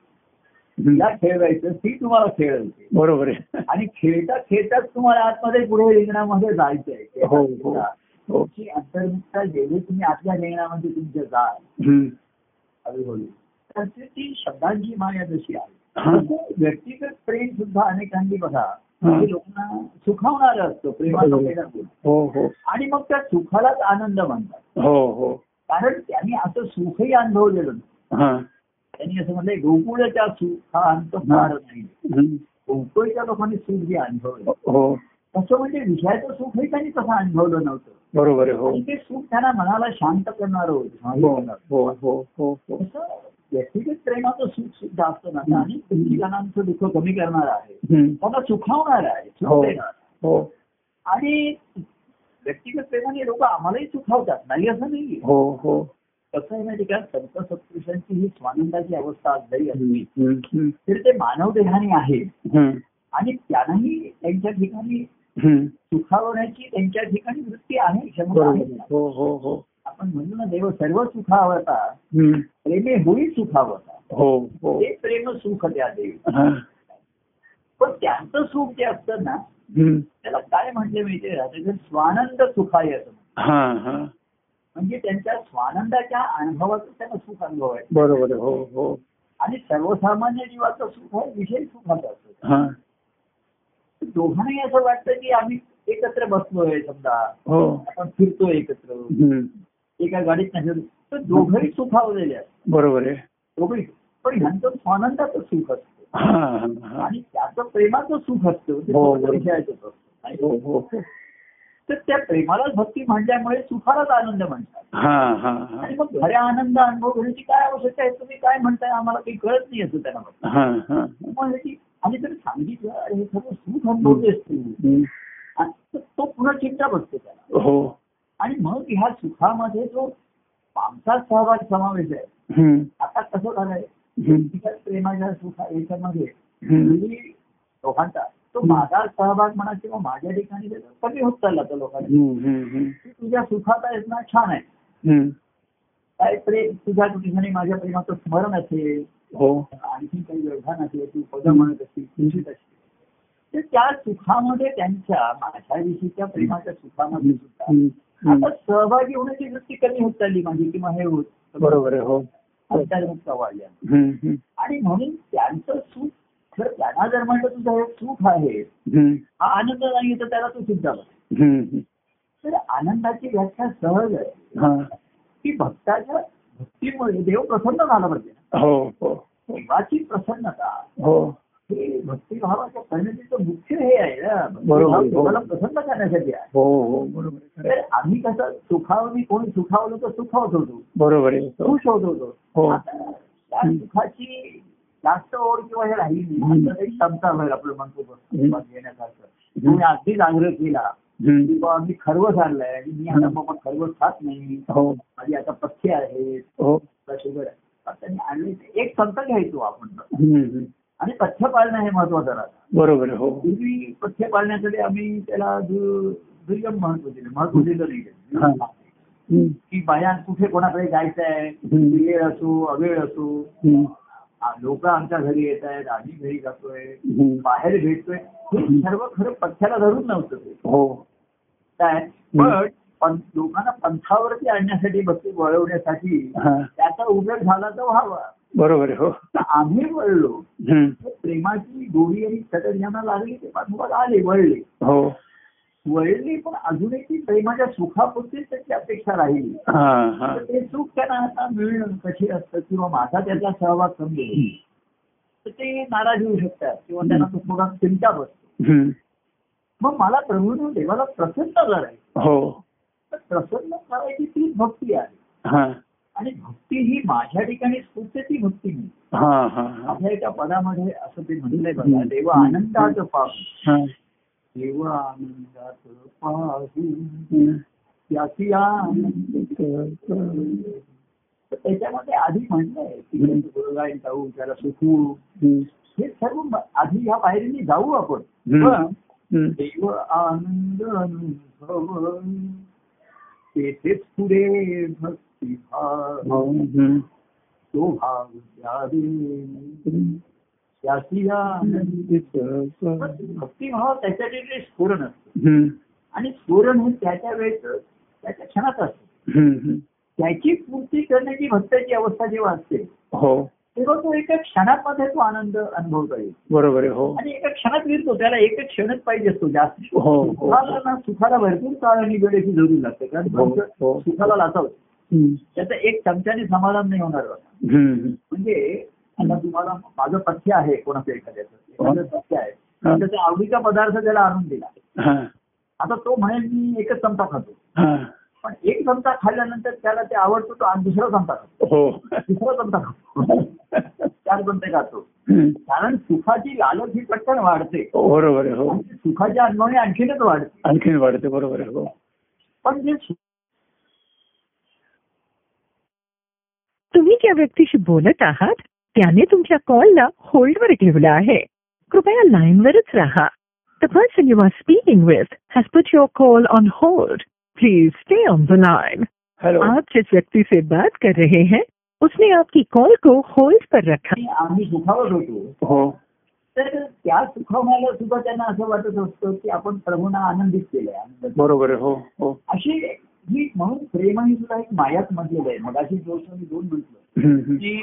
[SPEAKER 2] तिला
[SPEAKER 1] हम्म.
[SPEAKER 2] खेळवायचं ती तुम्हाला खेळवते
[SPEAKER 1] बरोबर आहे
[SPEAKER 2] आणि खेळता खेळताच तुम्हाला आतमध्ये पुढे रिंगणामध्ये जायचंय
[SPEAKER 1] हो हो
[SPEAKER 2] खेळता-
[SPEAKER 1] हो
[SPEAKER 2] खेळता. अंतर्मुखता जेवढे तुम्ही आतल्या रिंगणामध्ये तुमच्या जाल
[SPEAKER 1] हम्म.
[SPEAKER 2] हळूहळू तर ते ती शब्दांची माया जशी आहे
[SPEAKER 1] हा.
[SPEAKER 2] तसं व्यक्तिगत प्रेम सुद्धा अनेकांनी बघा
[SPEAKER 1] हा.
[SPEAKER 2] ते लोकांना सुखावणारं असतं प्रेमाचा
[SPEAKER 1] बरोबर.
[SPEAKER 2] केला गुण.
[SPEAKER 1] हो हो
[SPEAKER 2] आणि मग त्या सुखालाच आनंद म्हणतात
[SPEAKER 1] हो हो
[SPEAKER 2] कारण त्यांनी असं सुखही अनुभवलेलं नाही.
[SPEAKER 1] हा
[SPEAKER 2] त्यांनी असं म्हणलंय गोकुळच्या सुखांत फार नाही
[SPEAKER 1] हम्म.
[SPEAKER 2] गोकुळच्या लोकांनी सुख जे अनुभवलं
[SPEAKER 1] हो
[SPEAKER 2] तसं म्हणजे विषयाचं सुखही त्यांनी तसं अनुभवलं नव्हतं
[SPEAKER 1] बरोबर आहे हो
[SPEAKER 2] आणि ते सुख त्यांना मनाला शांत करणार
[SPEAKER 1] हो
[SPEAKER 2] होतं
[SPEAKER 1] हो हो हो हो
[SPEAKER 2] तसं व्यक्तिगत प्रेमाचं सुख सुद्धा असतं ना ते आणि दुःखी जणांचं दुःख कमी करणार आहे
[SPEAKER 1] हम्म.
[SPEAKER 2] त्यांना सुखावणार आहे
[SPEAKER 1] हो.
[SPEAKER 2] सुख देणार
[SPEAKER 1] हो
[SPEAKER 2] आणि व्यक्तिगत प्रेमाने लोक आम्हालाही सुखावतात नाही असं नाही
[SPEAKER 1] हो हो
[SPEAKER 2] कसं आहे माहिती का संत सत्पुरुषांची ही स्वानंदाची अवस्था आज जरी असली
[SPEAKER 1] हम्म. हम्म.
[SPEAKER 2] तरी ते मानव देहाने आहे
[SPEAKER 1] हम्म.
[SPEAKER 2] आणि त्यांनाही त्यांच्या ठिकाणी
[SPEAKER 1] हम्म.
[SPEAKER 2] सुखावण्याची त्यांच्या ठिकाणी वृत्ती आहे क्षमता
[SPEAKER 1] बरोबर
[SPEAKER 2] आहे
[SPEAKER 1] आहे. हो हो हो
[SPEAKER 2] आपण म्हणलो ना देव सर्व सुखावता
[SPEAKER 1] हम्म.
[SPEAKER 2] प्रेमे होई सुखावता
[SPEAKER 1] हो हो
[SPEAKER 2] ते प्रेम सुख द्या देव
[SPEAKER 1] हा.
[SPEAKER 2] पण त्यांचं सुख जे असतं ना
[SPEAKER 1] हम्म.
[SPEAKER 2] त्याला काय म्हटलं माहितीये का? त्याचं स्वानंद सुखाय असं
[SPEAKER 1] हा हा
[SPEAKER 2] म्हणजे त्यांच्या स्वानंदाच्या अनुभवाचं त्यांना सुख अनुभव आहे
[SPEAKER 1] बरोबर आहे. हो हो
[SPEAKER 2] आणि सर्वसामान्य जीवाचं सुख आहे विशेष सुखाचं असतं
[SPEAKER 1] हा
[SPEAKER 2] दोघांनाही असं वाटतं की आम्ही एकत्र बसलोय समजा
[SPEAKER 1] हो
[SPEAKER 2] आपण फिरतोय एकत्र
[SPEAKER 1] हम्म.
[SPEAKER 2] एका गाडीत नाही तर दोघंही सुखावलेले असतात
[SPEAKER 1] बरोबर आहे
[SPEAKER 2] दोघंही पण ह्यांचं स्वानंदाचं सुख असतं
[SPEAKER 1] हा हा हा
[SPEAKER 2] आणि त्याचं प्रेमाचं सुख असतं ते
[SPEAKER 1] हो,
[SPEAKER 2] फक्त
[SPEAKER 1] बरोबर.
[SPEAKER 2] विषयाचं असतं. आणि
[SPEAKER 1] हो हो हो.
[SPEAKER 2] तर त्या प्रेमालाच भक्ती म्हणल्यामुळे सुखालाच आनंद म्हणतात
[SPEAKER 1] हा हा हा
[SPEAKER 2] आणि मग खऱ्या आनंद अनुभव घेण्याची काय आवश्यकता आहे तुम्ही काय म्हणताय आम्हाला काही कळत नाही असं त्यांना म्हणतात.
[SPEAKER 1] हा हा
[SPEAKER 2] मग ह्याची- आणि जर सांगितलं अरे हे सर्व सुख अनुभवतेस तू
[SPEAKER 1] हम्म.
[SPEAKER 2] आणि तर तो पुन्हा चिंता बसते त्याला
[SPEAKER 1] हो
[SPEAKER 2] आणि मग ह्या सुखामध्ये जो आमचा सहभाग समावेश आहे
[SPEAKER 1] हम्म.
[SPEAKER 2] आता कसं झालंय
[SPEAKER 1] हम्म.
[SPEAKER 2] व्यक्तिगत प्रेमाच्या सुखा याच्यामध्ये
[SPEAKER 1] हम्म.
[SPEAKER 2] मुली दोघांचा तो माझा सहभाग म्हणा किंवा माझ्या ठिकाणी त्याचा कमी होत चालला तो लोकांनी
[SPEAKER 1] हम्म, हम्म, हम्म.
[SPEAKER 2] तू तुझ्या सुखात आहेस ना छान आहे
[SPEAKER 1] हम्म.
[SPEAKER 2] काय प्रेम तुझ्या ठिकाणी माझ्या प्रेमाचं स्मरण असेल
[SPEAKER 1] हो
[SPEAKER 2] आणखी काही व्यवधान असेल तू पद म्हणत असतील खुशीत असतील तर त्या सुखामध्ये त्यांच्या माझ्याविषयीच्या प्रेमाच्या सुखामध्ये सुद्धा
[SPEAKER 1] हम्म, हम्म.
[SPEAKER 2] आता सहभागी होण्याची वृत्ती कमी होत चालली माझी किंवा हे होत
[SPEAKER 1] बरोबर आहे हो
[SPEAKER 2] अंतर्मुखता वाढल्या
[SPEAKER 1] हम्म, हम्म.
[SPEAKER 2] आणि म्हणून त्यांचं सुख जर त्यांना जर म्हणलं तुझं हे सुख आहे
[SPEAKER 1] हम्म,
[SPEAKER 2] हा आनंद नाही तर त्याला तू सुख झाला
[SPEAKER 1] हम्म, हम्म.
[SPEAKER 2] तर आनंदाची व्याख्या सहज आहे
[SPEAKER 1] हा.
[SPEAKER 2] की भक्ताच्या भक्तीमुळे देव प्रसन्न झाला पाहिजे ना.
[SPEAKER 1] हो हो
[SPEAKER 2] देवाची प्रसन्नता
[SPEAKER 1] हो
[SPEAKER 2] हे भक्तिभावाच्या परिणतीचं मुख्य हे आहे ना
[SPEAKER 1] बरोबर,
[SPEAKER 2] भक्तिभाव देवाला
[SPEAKER 1] बरोबर.
[SPEAKER 2] प्रसन्न करण्यासाठी आहे
[SPEAKER 1] हो हो बरोबर आहे, खरं
[SPEAKER 2] तर
[SPEAKER 1] आहे.
[SPEAKER 2] आम्ही कसं सुखावली कोणी सुखावलं तर सुखावत होतो
[SPEAKER 1] बरोबर आहे हो.
[SPEAKER 2] खुश होत होतो
[SPEAKER 1] हो.
[SPEAKER 2] आता त्या
[SPEAKER 1] हं.
[SPEAKER 2] सुखाची जास्त ओढ किंवा हे राहिली नाही
[SPEAKER 1] हं.
[SPEAKER 2] आता एक क्षमता होईल आपलं म्हणतो बघ,
[SPEAKER 1] हं.
[SPEAKER 2] सुखात घेण्यासारखं तुम्ही अगदीच आग्रह केला की
[SPEAKER 1] हम्म.
[SPEAKER 2] बा मी खरवस आणलाय आणि मी आता
[SPEAKER 1] हं.
[SPEAKER 2] बाबा खरवस खात नाही
[SPEAKER 1] हो
[SPEAKER 2] माझी आता पथ्य आहेत
[SPEAKER 1] हो
[SPEAKER 2] आता शुगर आहे आता मी आणली ते एक क्षमता घ्यायचो आपण
[SPEAKER 1] हम्म, हम्म.
[SPEAKER 2] आणि पथ्य पाळणं हे महत्वाचं राहतं
[SPEAKER 1] बरोबर आहे, हो
[SPEAKER 2] पूर्वी पथ्य पाळण्यासाठी आम्ही त्याला दु- दुर्गम महत्व दिलं महत्व दिलं नाही
[SPEAKER 1] हा. हम्म,
[SPEAKER 2] की बाया कुठे कोणाकडे जायचं आहे
[SPEAKER 1] हं.
[SPEAKER 2] वेळ असो अवेळ असो
[SPEAKER 1] हम्म,
[SPEAKER 2] लोक आमच्या घरी येत आहेत आम्ही घरी जातोय
[SPEAKER 1] हम्म.
[SPEAKER 2] बाहेर भेटतोय हे सर्व खरं पथ्याला धरून नव्हतं ते
[SPEAKER 1] हो
[SPEAKER 2] काय पण पण लोकांना पंथावरती आणण्यासाठी भक्ती वळवण्यासाठी
[SPEAKER 1] हा.
[SPEAKER 2] त्याचा उपयोग झाला तर व्हावा
[SPEAKER 1] बरोबर आहे, हो
[SPEAKER 2] तर आम्ही वळलो
[SPEAKER 1] हम्म.
[SPEAKER 2] तर प्रेमाची गोडी आणि सटक यांना लागली ते पाठोपाठ आले वळले
[SPEAKER 1] हो
[SPEAKER 2] वळली पण अजूनही ती प्रेमाच्या सुखापुरतीच त्याची अपेक्षा राहिली
[SPEAKER 1] हा हा
[SPEAKER 2] तर ते सुख त्यांना आता मिळणं कठीण असतं किंवा माझा त्याचा सहभाग कमी आहे तर ते नाराज होऊ शकतात किंवा त्यांना
[SPEAKER 1] हं.
[SPEAKER 2] सुखभोगात चिंता बसते
[SPEAKER 1] हम्म.
[SPEAKER 2] मग मला प्रभू देवाला प्रसन्न करायचं
[SPEAKER 1] हो
[SPEAKER 2] तर प्रसन्न करायची तीच भक्ती आहे
[SPEAKER 1] हा
[SPEAKER 2] आणि भक्ती ही माझ्या ठिकाणी स्फूर्त ती भक्ती नाही
[SPEAKER 1] हा हा हा
[SPEAKER 2] आपल्या एका पदामध्ये असं ते म्हणलंय बघा
[SPEAKER 1] हं.
[SPEAKER 2] देवा आनंदाचं पाहू
[SPEAKER 1] हा.
[SPEAKER 2] देवा आनंदाचं पाहू
[SPEAKER 1] हम्म.
[SPEAKER 2] याची आनंद तर त्याच्यामध्ये आधी म्हणलंय की गुरुगाईन जाऊ त्याला सुखू
[SPEAKER 1] हम्म.
[SPEAKER 2] हे सर्व म- आधी या पायरीने जाऊ आपण
[SPEAKER 1] हम्म.
[SPEAKER 2] पण
[SPEAKER 1] हम्म.
[SPEAKER 2] देव आनंद अनुभव तेथेच पुढे भक्ती भाव
[SPEAKER 1] हो. हम्म.
[SPEAKER 2] तो भाव द्यावे त्याची आनंद भक्तिभाव त्याच्यासाठी स्फुरण असतं
[SPEAKER 1] हम्म.
[SPEAKER 2] आणि स्फुरण हे त्याच्या वेळेचं त्याच्या क्षणात असतं
[SPEAKER 1] हम्म.
[SPEAKER 2] त्याची पूर्ती करण्याची भक्ताची अवस्था जेव्हा असते
[SPEAKER 1] हो
[SPEAKER 2] तेव्हा तो एका क्षणामध्ये तो आनंद अनुभवता येईल
[SPEAKER 1] बरोबर आहे हो
[SPEAKER 2] आणि एका क्षणात मिळतो त्याला एक एक क्षणच पाहिजे असतो जास्त
[SPEAKER 1] हो, हो.
[SPEAKER 2] सुखाला ना सुखाला भरपूर काळ आणि वेळेची जरूर लागते कारण
[SPEAKER 1] हो, हो.
[SPEAKER 2] माणसं सुखाला लाचावत
[SPEAKER 1] हम्म.
[SPEAKER 2] त्याचं एक चमच्याने समाधान नाही होणार बघा.
[SPEAKER 1] हम्म.
[SPEAKER 2] म्हणजे आता तुम्हाला माझं पथ्य आहे कोणाचं एखाद्याचं
[SPEAKER 1] हो.
[SPEAKER 2] एखादं पथ्य आहे तर त्याचा आवडीचा पदार्थ त्याला आणून दिला
[SPEAKER 1] हा
[SPEAKER 2] आता तो म्हणेल मी एकच चमचा खातो
[SPEAKER 1] हा
[SPEAKER 2] पण एक चमचा खाल्ल्यानंतर त्याला ते आवडतो तो आणि दुसरा चमचा खातो
[SPEAKER 1] हो
[SPEAKER 2] तिसरा चमचा खातो चार चमचे खातो
[SPEAKER 1] हम्म.
[SPEAKER 2] कारण सुखाची लालच ही पटकन वाढते
[SPEAKER 1] बरोबर आहे हो
[SPEAKER 2] आणि सुखाच्या अनुभवने आणखीनच वाढते
[SPEAKER 1] आणखीन वाढते बरोबर आहे हो
[SPEAKER 2] पण जे सु-
[SPEAKER 3] तुम्ही ज्या व्यक्तीशी बोलत आहात त्याने तुमच्या कॉलला होल्डवर ठेवला आहे कृपया लाईनवरच राहा the person you are speaking with has put your call on hold please stay on the line
[SPEAKER 1] hello
[SPEAKER 3] आप जिस व्यक्ति से बात कर रहे हैं उसने आपकी कॉल को होल्ड पर रखा
[SPEAKER 2] आणि आम्ही सुखावर होतो
[SPEAKER 1] हो
[SPEAKER 2] तर त्या सुखामाला सुद्धा त्यांना असं वाटत असतं की आपण प्रभूंना आनंदित केलंय आनंद
[SPEAKER 1] बरोबर आहे हो हो
[SPEAKER 2] अशी ही म्हणून प्रेम ही सुद्धा एक मायाच म्हटलेलं आहे मग अशी गोष्ट मी दोन म्हटलं
[SPEAKER 1] हम्म. हम्म.
[SPEAKER 2] की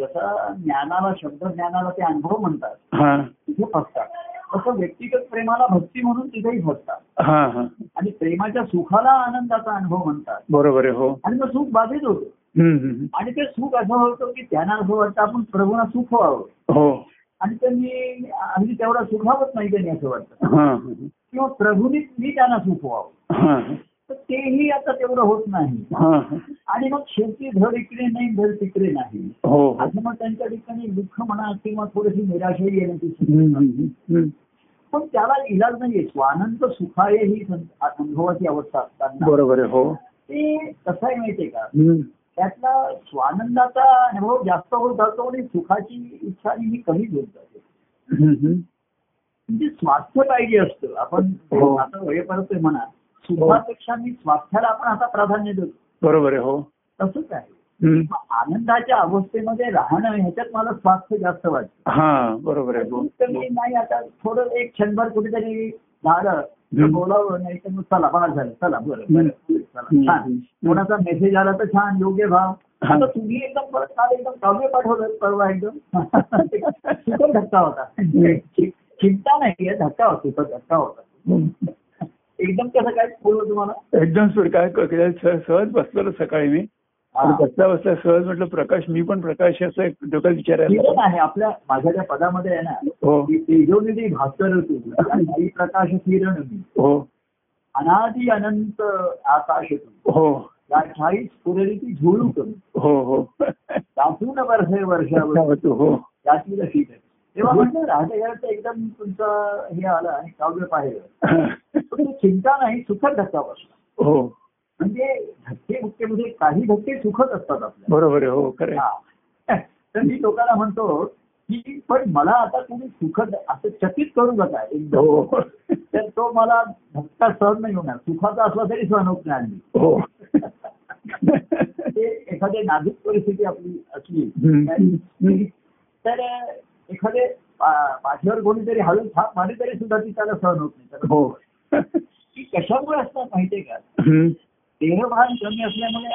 [SPEAKER 2] जसं ज्ञानाला शब्द ज्ञानाला ते अनुभव म्हणतात
[SPEAKER 1] हा
[SPEAKER 2] तिथे फसतात तसं व्यक्तिगत प्रेमाला भक्ती म्हणून तिथेही फसतात
[SPEAKER 1] हा हा
[SPEAKER 2] आणि प्रेमाच्या सुखाला आनंदाचा अनुभव म्हणतात
[SPEAKER 1] बरोबर आहे हो
[SPEAKER 2] आणि मग सुख बाधित होतं
[SPEAKER 1] हम्म. हम्म.
[SPEAKER 2] आणि ते सुख असं होतं की त्यांना असं वाटतं आपण प्रभूंना सुख व्हावं
[SPEAKER 1] हो
[SPEAKER 2] आणि त्यांनी अगदी तेवढा सुखावत नाही त्यांनी असं वाटतं
[SPEAKER 1] हा
[SPEAKER 2] किंवा प्रभूंनीच मी त्यांना सुख व्हावं
[SPEAKER 1] हा
[SPEAKER 2] तर तेही आता तेवढं होत नाही
[SPEAKER 1] हा हा.
[SPEAKER 2] आणि मग शेवटी धड इकडे नाही धड तिकडे नाही
[SPEAKER 1] हो हो
[SPEAKER 2] असं मग त्यांच्या ठिकाणी दुःख म्हणा किंवा थोडीशी निराशा येण्याची स्थिती.
[SPEAKER 1] हम्म. हम्म. हम्म.
[SPEAKER 2] पण त्याला इलाज नाहीये स्वानंद सुखाय ही सं- आ- अनुभवाची अवस्था असताना
[SPEAKER 1] बरोबर आहे हो
[SPEAKER 2] ते कसं आहे माहितीये का
[SPEAKER 1] हम्म.
[SPEAKER 2] त्यातला स्वानंदाचा अनुभव जास्त होत जातो आणि सुखाची इच्छा ही कमीच होत जाते
[SPEAKER 1] हम्म.
[SPEAKER 2] म्हणजे स्वास्थ्य पाहिजे असतं आपण
[SPEAKER 1] हो.
[SPEAKER 2] आता वयपर्यंत म्हणा सुखापेक्षा मी स्वास्थ्याला आपण आता प्राधान्य देतो
[SPEAKER 1] बरोबर आहे हो
[SPEAKER 2] तसंच आहे
[SPEAKER 1] हम्म.
[SPEAKER 2] मग आनंदाच्या अवस्थेमध्ये राहणं ह्याच्यात मला स्वास्थ्य जास्त वाटतं
[SPEAKER 1] हा बरोबर आहे हो.
[SPEAKER 2] तर मी नाही आता थोडं एक क्षणभर कुठेतरी झालं तर
[SPEAKER 1] हम्म.
[SPEAKER 2] बोलावं नाही तर मग चला बाहेर झालं चला बरं
[SPEAKER 1] हम्म.
[SPEAKER 2] बरं चला
[SPEAKER 1] हम्म.
[SPEAKER 2] छान कोणाचा मेसेज आला तर छान योग्य भाव
[SPEAKER 1] हा.
[SPEAKER 2] आता तुम्ही एकदम परत काल एकदम काव्य पाठवलं परवा एकदम सुखद धक्का होता
[SPEAKER 1] हम्म.
[SPEAKER 2] चिं- चिंता नाही धक्का होता सुखद धक्का होता
[SPEAKER 1] हम्म.
[SPEAKER 2] एकदम कसं काय बोललं तुम्हाला
[SPEAKER 1] एकदम सुर काय क- काय सह- सहज बसलेलो सकाळी मी आणि
[SPEAKER 2] हा.
[SPEAKER 1] बसता बसता सहज म्हटलं प्रकाश मी पण प्रकाश आहे, असं एक डोक्यात विचार
[SPEAKER 2] किरण
[SPEAKER 1] आला.
[SPEAKER 2] आहे आपल्या माझ्या ज्या पदामध्ये आहे ना
[SPEAKER 1] हो
[SPEAKER 2] ती तेजोनिधी भास्कर तू आणि हरी प्रकाश किरण मी
[SPEAKER 1] हो
[SPEAKER 2] अनादि अनंत आकाश तू
[SPEAKER 1] हो
[SPEAKER 2] या ठाई स्फुरली ती झोळू करू
[SPEAKER 1] हो हो
[SPEAKER 2] दाखवून वर्षे वर्षावर
[SPEAKER 1] हो
[SPEAKER 2] याची रसिक आहे तेव्हा म्हटलं राहतेकरांचा एकदम तुमचा हे आला आणि काव्य पाहिलं पण तो चिंता नाही सुखद धक्का बसला
[SPEAKER 1] हो
[SPEAKER 2] म्हणजे धक्के मुक्केमध्ये काही धक्के सुखद असतात आपल्या
[SPEAKER 1] बरोबर आहे हो खरं आहे.
[SPEAKER 2] हा. तर मी लोकांना म्हणतो की पण मला आता तुम्ही सुखद असं चकित करू नका एकदम
[SPEAKER 1] हो
[SPEAKER 2] तर तो मला धक्का सहन नाही होणार सुखाचा असला तरी सहन होत नाही हल्ली.
[SPEAKER 1] हो
[SPEAKER 2] ते एखादी नाजूक परिस्थिती आपली असली
[SPEAKER 1] हम्म. हम्म.
[SPEAKER 2] तर एखादे पा- पाठीवर कोणीतरी हळू थाप मारली तरी सुद्धा ती त्याला सहन होत नाही तर
[SPEAKER 1] हो
[SPEAKER 2] ती कशामुळे असतात माहितीये का
[SPEAKER 1] हम्म.
[SPEAKER 2] देहभान कमी असल्यामुळे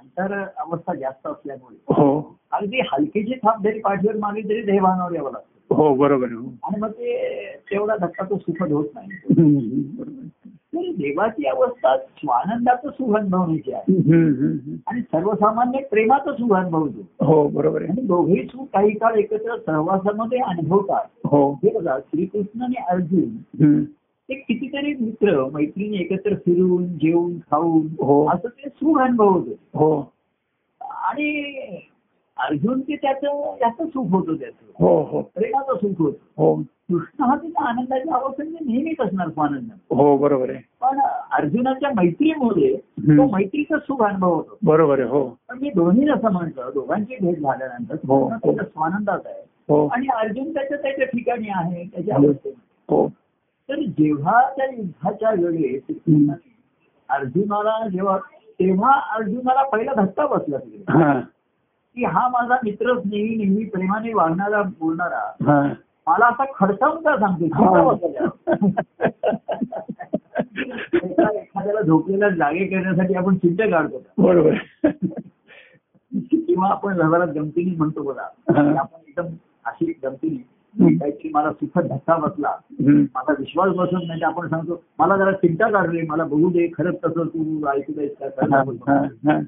[SPEAKER 2] अंतर अवस्था जास्त असल्यामुळे
[SPEAKER 1] हो
[SPEAKER 2] अगदी हलकीची थाप जरी पाठीवर मारली तरी देहभानावर यावं लागतं
[SPEAKER 1] हो बरोबर आहे हो.
[SPEAKER 2] आणि मग ते तेवढा धक्का तो सुखद होत नाही
[SPEAKER 1] हम्म. बरोबर.
[SPEAKER 2] तर देवाची अवस्था स्वानंदाचं सुख अनुभवण्याची आहे
[SPEAKER 1] हम्म. हम्म.
[SPEAKER 2] आणि सर्वसामान्य प्रेमाचं सुख अनुभवतो
[SPEAKER 1] हो बरोबर आहे
[SPEAKER 2] आणि दोघेही सुख काही काळ एकत्र सहवासामध्ये अनुभवतात
[SPEAKER 1] हो
[SPEAKER 2] हे बघा श्रीकृष्ण आणि अर्जुन
[SPEAKER 1] हम्म.
[SPEAKER 2] ते कितीतरी मित्र मैत्रिणी एकत्र फिरून जेवून
[SPEAKER 1] हो.
[SPEAKER 2] खाऊन असं ते सुख अनुभवत होते
[SPEAKER 1] हो
[SPEAKER 2] आणि अर्जुन ते त्याचं जास्त सुख होतं त्याचं
[SPEAKER 1] हो हो
[SPEAKER 2] प्रेमाचं सुख होतं
[SPEAKER 1] हो
[SPEAKER 2] कृष्ण हा तिचा आनंदाच्या अवस्था म्हणजे नेहमीच असणार तो आनंद
[SPEAKER 1] हो बरोबर आहे
[SPEAKER 2] पण अर्जुनाच्या मैत्रीमुळे
[SPEAKER 1] हम्म.
[SPEAKER 2] तो मैत्रीचं सुख अनुभवत होता
[SPEAKER 1] बरोबर आहे हो
[SPEAKER 2] पण मी दोन्ही जसं म्हटलं दोघांची भेट झाल्यानंतर
[SPEAKER 1] हो.
[SPEAKER 2] कृष्ण त्याच्या स्वानंदात आहे
[SPEAKER 1] हो
[SPEAKER 2] आणि अर्जुन त्याच्या त्याच्या ठिकाणी आहे त्याच्या
[SPEAKER 1] हो.
[SPEAKER 2] अवस्थेत
[SPEAKER 1] हो
[SPEAKER 2] तर जेव्हा त्या युद्धाच्या वेळेस
[SPEAKER 1] हम्म.
[SPEAKER 2] अर्जुनाला जेव्हा तेव्हा अर्जुनाला पहिला धक्का बसला तिकडे
[SPEAKER 1] हा
[SPEAKER 2] की हा माझा मित्रच नेहमी नेहमी प्रेमाने वागणारा बोलणारा
[SPEAKER 1] हा
[SPEAKER 2] मला असा खडसावून का
[SPEAKER 1] हो.
[SPEAKER 2] सांगतो धक्का बसला त्याला. एका- एखाद्याला झोपलेल्या जागे करण्यासाठी आपण चिंता काढतो का?
[SPEAKER 1] बरोबर आहे.
[SPEAKER 2] किंवा आपण व्यवहारात गमतीने म्हणतो बघा
[SPEAKER 1] हा.
[SPEAKER 2] की आपण एकदम अशी गमतीने
[SPEAKER 1] हम्म.
[SPEAKER 2] काहीतरी मला सुखद धक्का बसला
[SPEAKER 1] हम्म.
[SPEAKER 2] माझा विश्वास बसत नाही तर आपण सांगतो मला जरा चिंता काढली मला बघू दे खरंच तसं तू ऐकू देस का
[SPEAKER 1] हा,
[SPEAKER 2] खरं
[SPEAKER 1] हा,
[SPEAKER 2] बोलतो.
[SPEAKER 1] हा.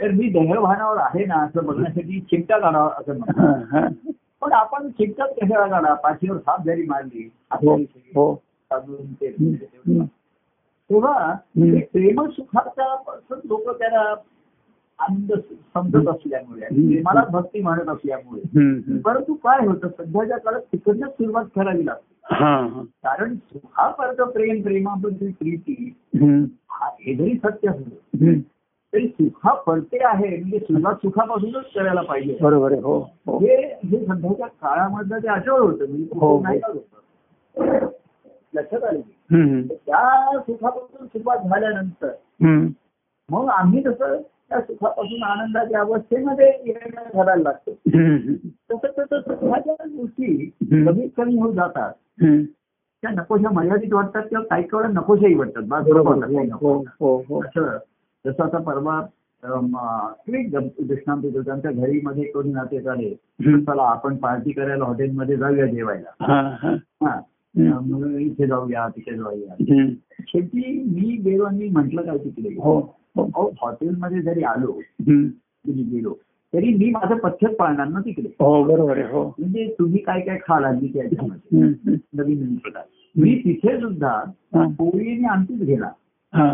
[SPEAKER 2] तर मी देहभानावर आहे ना असं बघण्यासाठी चिंता काढावा असं म्हणतो
[SPEAKER 1] हा, हा.
[SPEAKER 2] पण आपण चिंता कशाला काढा पाठीवर साप जरी मारली
[SPEAKER 1] हो
[SPEAKER 2] आपल्याला शरीर
[SPEAKER 1] हो
[SPEAKER 2] साधून ते-
[SPEAKER 1] हम्म.
[SPEAKER 2] तेव्हा
[SPEAKER 1] हम्म.
[SPEAKER 2] प्रेमसुखाचा लोक त्याला आनंद समजत असल्यामुळे
[SPEAKER 1] हम्म.
[SPEAKER 2] प्रेमाला भक्ती म्हणत असल्यामुळे
[SPEAKER 1] हम्म, हम्म.
[SPEAKER 2] परंतु काय होतं सध्याच्या काळात तिकडनं सुरुवात करावी लागते
[SPEAKER 1] हा, हा.
[SPEAKER 2] कारण सुखापर्यंत प्रेम प्रेमाबद्दल प्रीती
[SPEAKER 1] हम्म,
[SPEAKER 2] हा हे जरी सत्य असलं
[SPEAKER 1] हम्म.
[SPEAKER 2] तरी सुखा परते आहे म्हणजे सुरुवात सुखापासूनच करायला पाहिजे
[SPEAKER 1] बरोबर आहे हो हो
[SPEAKER 2] हे हे सध्याच्या काळामधलं ते आठवड होतं म्हणजे
[SPEAKER 1] हो, हो.
[SPEAKER 2] कुठे नाही आलं होतं. लक्षात आलं की? म्हणजे
[SPEAKER 1] हम्म, हम्म.
[SPEAKER 2] त्या सुखापासून सुरुवात झाल्यानंतर
[SPEAKER 1] हम्म.
[SPEAKER 2] मग आम्ही जसं त्या सुखापासून आनंदाच्या अवस्थेमध्ये निर्णय घडायला लागतो
[SPEAKER 1] हम्म,
[SPEAKER 2] तसं तसं सुखाच्या गोष्टी
[SPEAKER 1] हम्म.
[SPEAKER 2] कमीत कमी होत जातात
[SPEAKER 1] हम्म.
[SPEAKER 2] त्या नकोशा मर्यादित वाटतात किंवा काही काळ नकोशाही वाटतात बा,
[SPEAKER 1] बरोबर
[SPEAKER 2] नको
[SPEAKER 1] आहे.
[SPEAKER 2] वाटतात,
[SPEAKER 1] हो
[SPEAKER 2] नको.
[SPEAKER 1] हो हो
[SPEAKER 2] असं जसं आता परवा अम, तुम्ही गम- दृष्टांत देतो त्यांच्या घरी मध्ये कोणी नाते आले तर
[SPEAKER 1] हम्म.
[SPEAKER 2] चला आपण पार्टी करायला हॉटेलमध्ये जाऊया जेवायला
[SPEAKER 1] हा, हा.
[SPEAKER 2] हा
[SPEAKER 1] हम्म.
[SPEAKER 2] मग इथे जाऊया तिथे जाऊया
[SPEAKER 1] हम्म.
[SPEAKER 2] शेवटी मी गेलो आणि मी म्हटलं काय तिकडे
[SPEAKER 1] हो हो
[SPEAKER 2] अहो हॉटेलमध्ये जरी आलो
[SPEAKER 1] हम्म.
[SPEAKER 2] तुम्ही गेलो तरी मी माझं पथ्यच पाळणार ना तिकडे
[SPEAKER 1] हो बरोबर आहे हो
[SPEAKER 2] म्हणजे तुम्ही काय काय खाल हल्ली त्याच्यामध्ये
[SPEAKER 1] हम्म, हम्म.
[SPEAKER 2] नवीन नवीन प्रकार मी तिथे सुद्धा
[SPEAKER 1] हा,
[SPEAKER 2] पोळी आणि आमटीच घेणार
[SPEAKER 1] हा.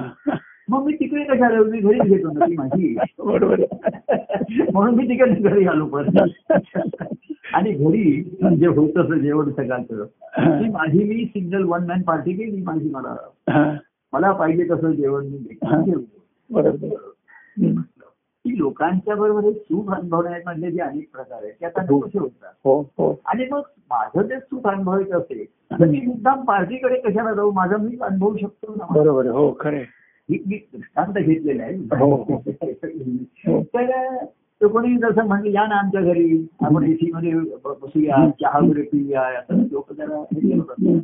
[SPEAKER 2] मग मी तिकडे कशाला येऊ? मी घरीच घेतो ना ती माझी
[SPEAKER 1] बरोबर आहे.
[SPEAKER 2] म्हणून मी तिकडे घरी आलो परत आणि घरी जे होत असं जेवण सकाळचं ती माझी मी सिंगल वन मॅन पार्टी केली माझी मला
[SPEAKER 1] हा,
[SPEAKER 2] म्हणजे मला पाहिजे तसं जेवण मी घेतलं.
[SPEAKER 1] बरोबर आहे. हम्म.
[SPEAKER 2] की लोकांच्या बरोबर हे सुख अनुभवण्यामधले जे अनेक प्रकार आहेत ते आता
[SPEAKER 1] हो.
[SPEAKER 2] नकोसे होतात
[SPEAKER 1] हो हो
[SPEAKER 2] आणि मग माझं जर सुख अनुभवायचं असेल तर मी मुद्दाम पार्टीकडे कशाला जाऊ माझा मी अनुभवू शकतो ना
[SPEAKER 1] बरोबर आहे. हो खरे
[SPEAKER 2] ही मी दृष्टांत घेतलेला
[SPEAKER 1] हो, हो.
[SPEAKER 2] आहे तर तो कोणी जसं म्हणलं या ना आमच्या घरी आपण एसी मध्ये ब- बसूया चहा वगैरे पिऊया असं लोक जरा हे करत असतात.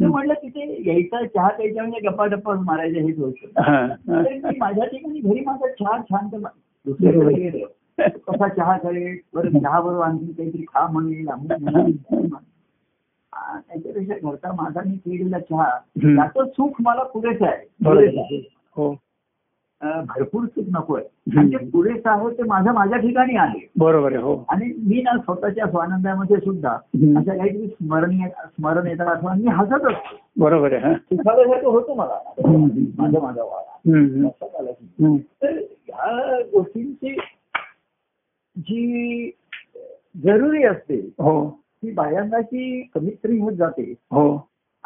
[SPEAKER 2] तर म्हटलं तिथे यायचा चहा प्यायचा म्हणजे गप्पा टप्पा मारायचा हेच होत
[SPEAKER 1] हा, हा.
[SPEAKER 2] तर मी माझ्या ठिकाणी घरी माझा चहा छान दुसऱ्याकडे गेलो कसा चहा करेल बरं चहा बरोबर आणखी काहीतरी खा म्हणेल अमुक म्हणेल. आ, त्याच्यापेक्षा घरचा माझा मी केलेला चहा
[SPEAKER 1] हम्म.
[SPEAKER 2] त्याचं सुख मला पुरेसं आहे
[SPEAKER 1] बरोबर.
[SPEAKER 2] पुरेसं आहे.
[SPEAKER 1] हो
[SPEAKER 2] अं, भरपूर सुख नकोय आणि ते पुरेसं आहे ते माझं माझ्या ठिकाणी आहे
[SPEAKER 1] बरोबर आहे हो
[SPEAKER 2] आणि मी ना स्वतःच्या स्वानंदामध्ये सुद्धा
[SPEAKER 1] हम्म.
[SPEAKER 2] अशा काहीतरी स्मरणीय स्मरण येतात आठवण मी हसत असतो
[SPEAKER 1] बरोबर आहे हा
[SPEAKER 2] सुखाल्यासारखं होतं मला
[SPEAKER 1] हम्म.
[SPEAKER 2] माझा माझा वाडा
[SPEAKER 1] हम्म,
[SPEAKER 2] लक्षात आलं की.
[SPEAKER 1] हम्म.
[SPEAKER 2] तर ह्या गोष्टींची जी जरुरी असते
[SPEAKER 1] हो
[SPEAKER 2] ती बाह्यांची कमीत कमी होत जाते
[SPEAKER 1] हो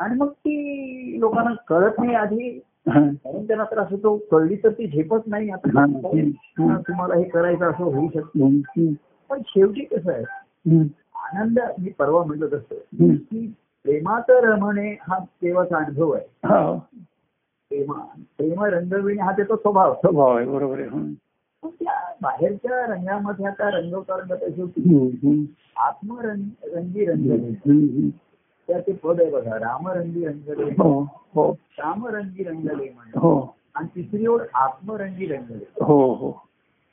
[SPEAKER 2] आणि मग ती लोकांना कळत नाही आधी
[SPEAKER 1] हा.
[SPEAKER 2] कारण त्यांना तर असं तो कळली तर ती झेपत नाही
[SPEAKER 1] हा.
[SPEAKER 2] आता हा, तुम्हाला हे करायचं असं होऊ शकतं
[SPEAKER 1] हम्म, हम्म,
[SPEAKER 2] पण शेवटी कसं आहे
[SPEAKER 1] हम्म,
[SPEAKER 2] आनंद मी परवा म्हणलं तसं
[SPEAKER 1] हम्म.
[SPEAKER 2] की प्रेमात रमणे हा देवाचा अनुभव आहे
[SPEAKER 1] हा
[SPEAKER 2] प्रेमा प्रेम रंगविणे हा त्याचा स्वभाव असतो
[SPEAKER 1] स्वभाव आहे बरोबर आहे हम्म,
[SPEAKER 2] पण त्या बाहेरच्या रंगामध्ये आता रंगवता रंगवता शेवटी
[SPEAKER 1] हम्म,
[SPEAKER 2] आत्मरंग रंगी रंगले
[SPEAKER 1] हम्म,
[SPEAKER 2] तर ते पद आहे बघा रामरंगी रंगले
[SPEAKER 1] हो हो
[SPEAKER 2] रामरंगी रंगले म्हणलं
[SPEAKER 1] हो
[SPEAKER 2] आणि तिसरी ओळ आत्मरंगी रंगले
[SPEAKER 1] हो हो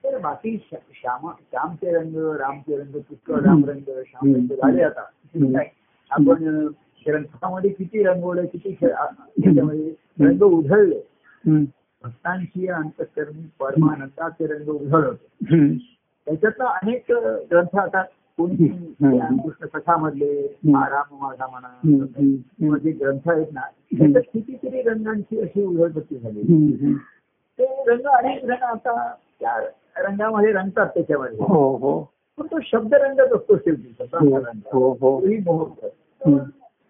[SPEAKER 2] तर बाकी श- श्यामा श्यामचे रंग रामचे रंग पुष्कळ रामरंग श्याम रंग झाले आता काय? आपण अं, ग्रंथामध्ये किती रंगवलं किती श- आ- त्याच्यामध्ये रंग उधळले
[SPEAKER 1] हम्म,
[SPEAKER 2] भक्तांची अंतकरणी परमानंदाचे रंग उधळवले
[SPEAKER 1] हम्म,
[SPEAKER 2] त्याच्यातला अनेक अं, ग्रंथ आता कोणी
[SPEAKER 1] हम्म.
[SPEAKER 2] रामकृष्ण कथामधले
[SPEAKER 1] हम्म.
[SPEAKER 2] राम माझा
[SPEAKER 1] हम्म,
[SPEAKER 2] म्हणा
[SPEAKER 1] हम्म,
[SPEAKER 2] किंवा जे ग्रंथ आहेत ना
[SPEAKER 1] हम्म.
[SPEAKER 2] त्याच्यात कितीतरी रंगांची अशी उधळपट्टी झाली
[SPEAKER 1] हम्म, हम्म.
[SPEAKER 2] ते रंग अनेक जण आता त्या रंगामध्ये रंगतात त्याच्यामध्ये
[SPEAKER 1] हो हो
[SPEAKER 2] पण तो शब्द रंगत असतो शेवटी
[SPEAKER 1] हो
[SPEAKER 2] स्वतःचा रंग
[SPEAKER 1] हो हो
[SPEAKER 2] तोही मोहक
[SPEAKER 1] हम्म.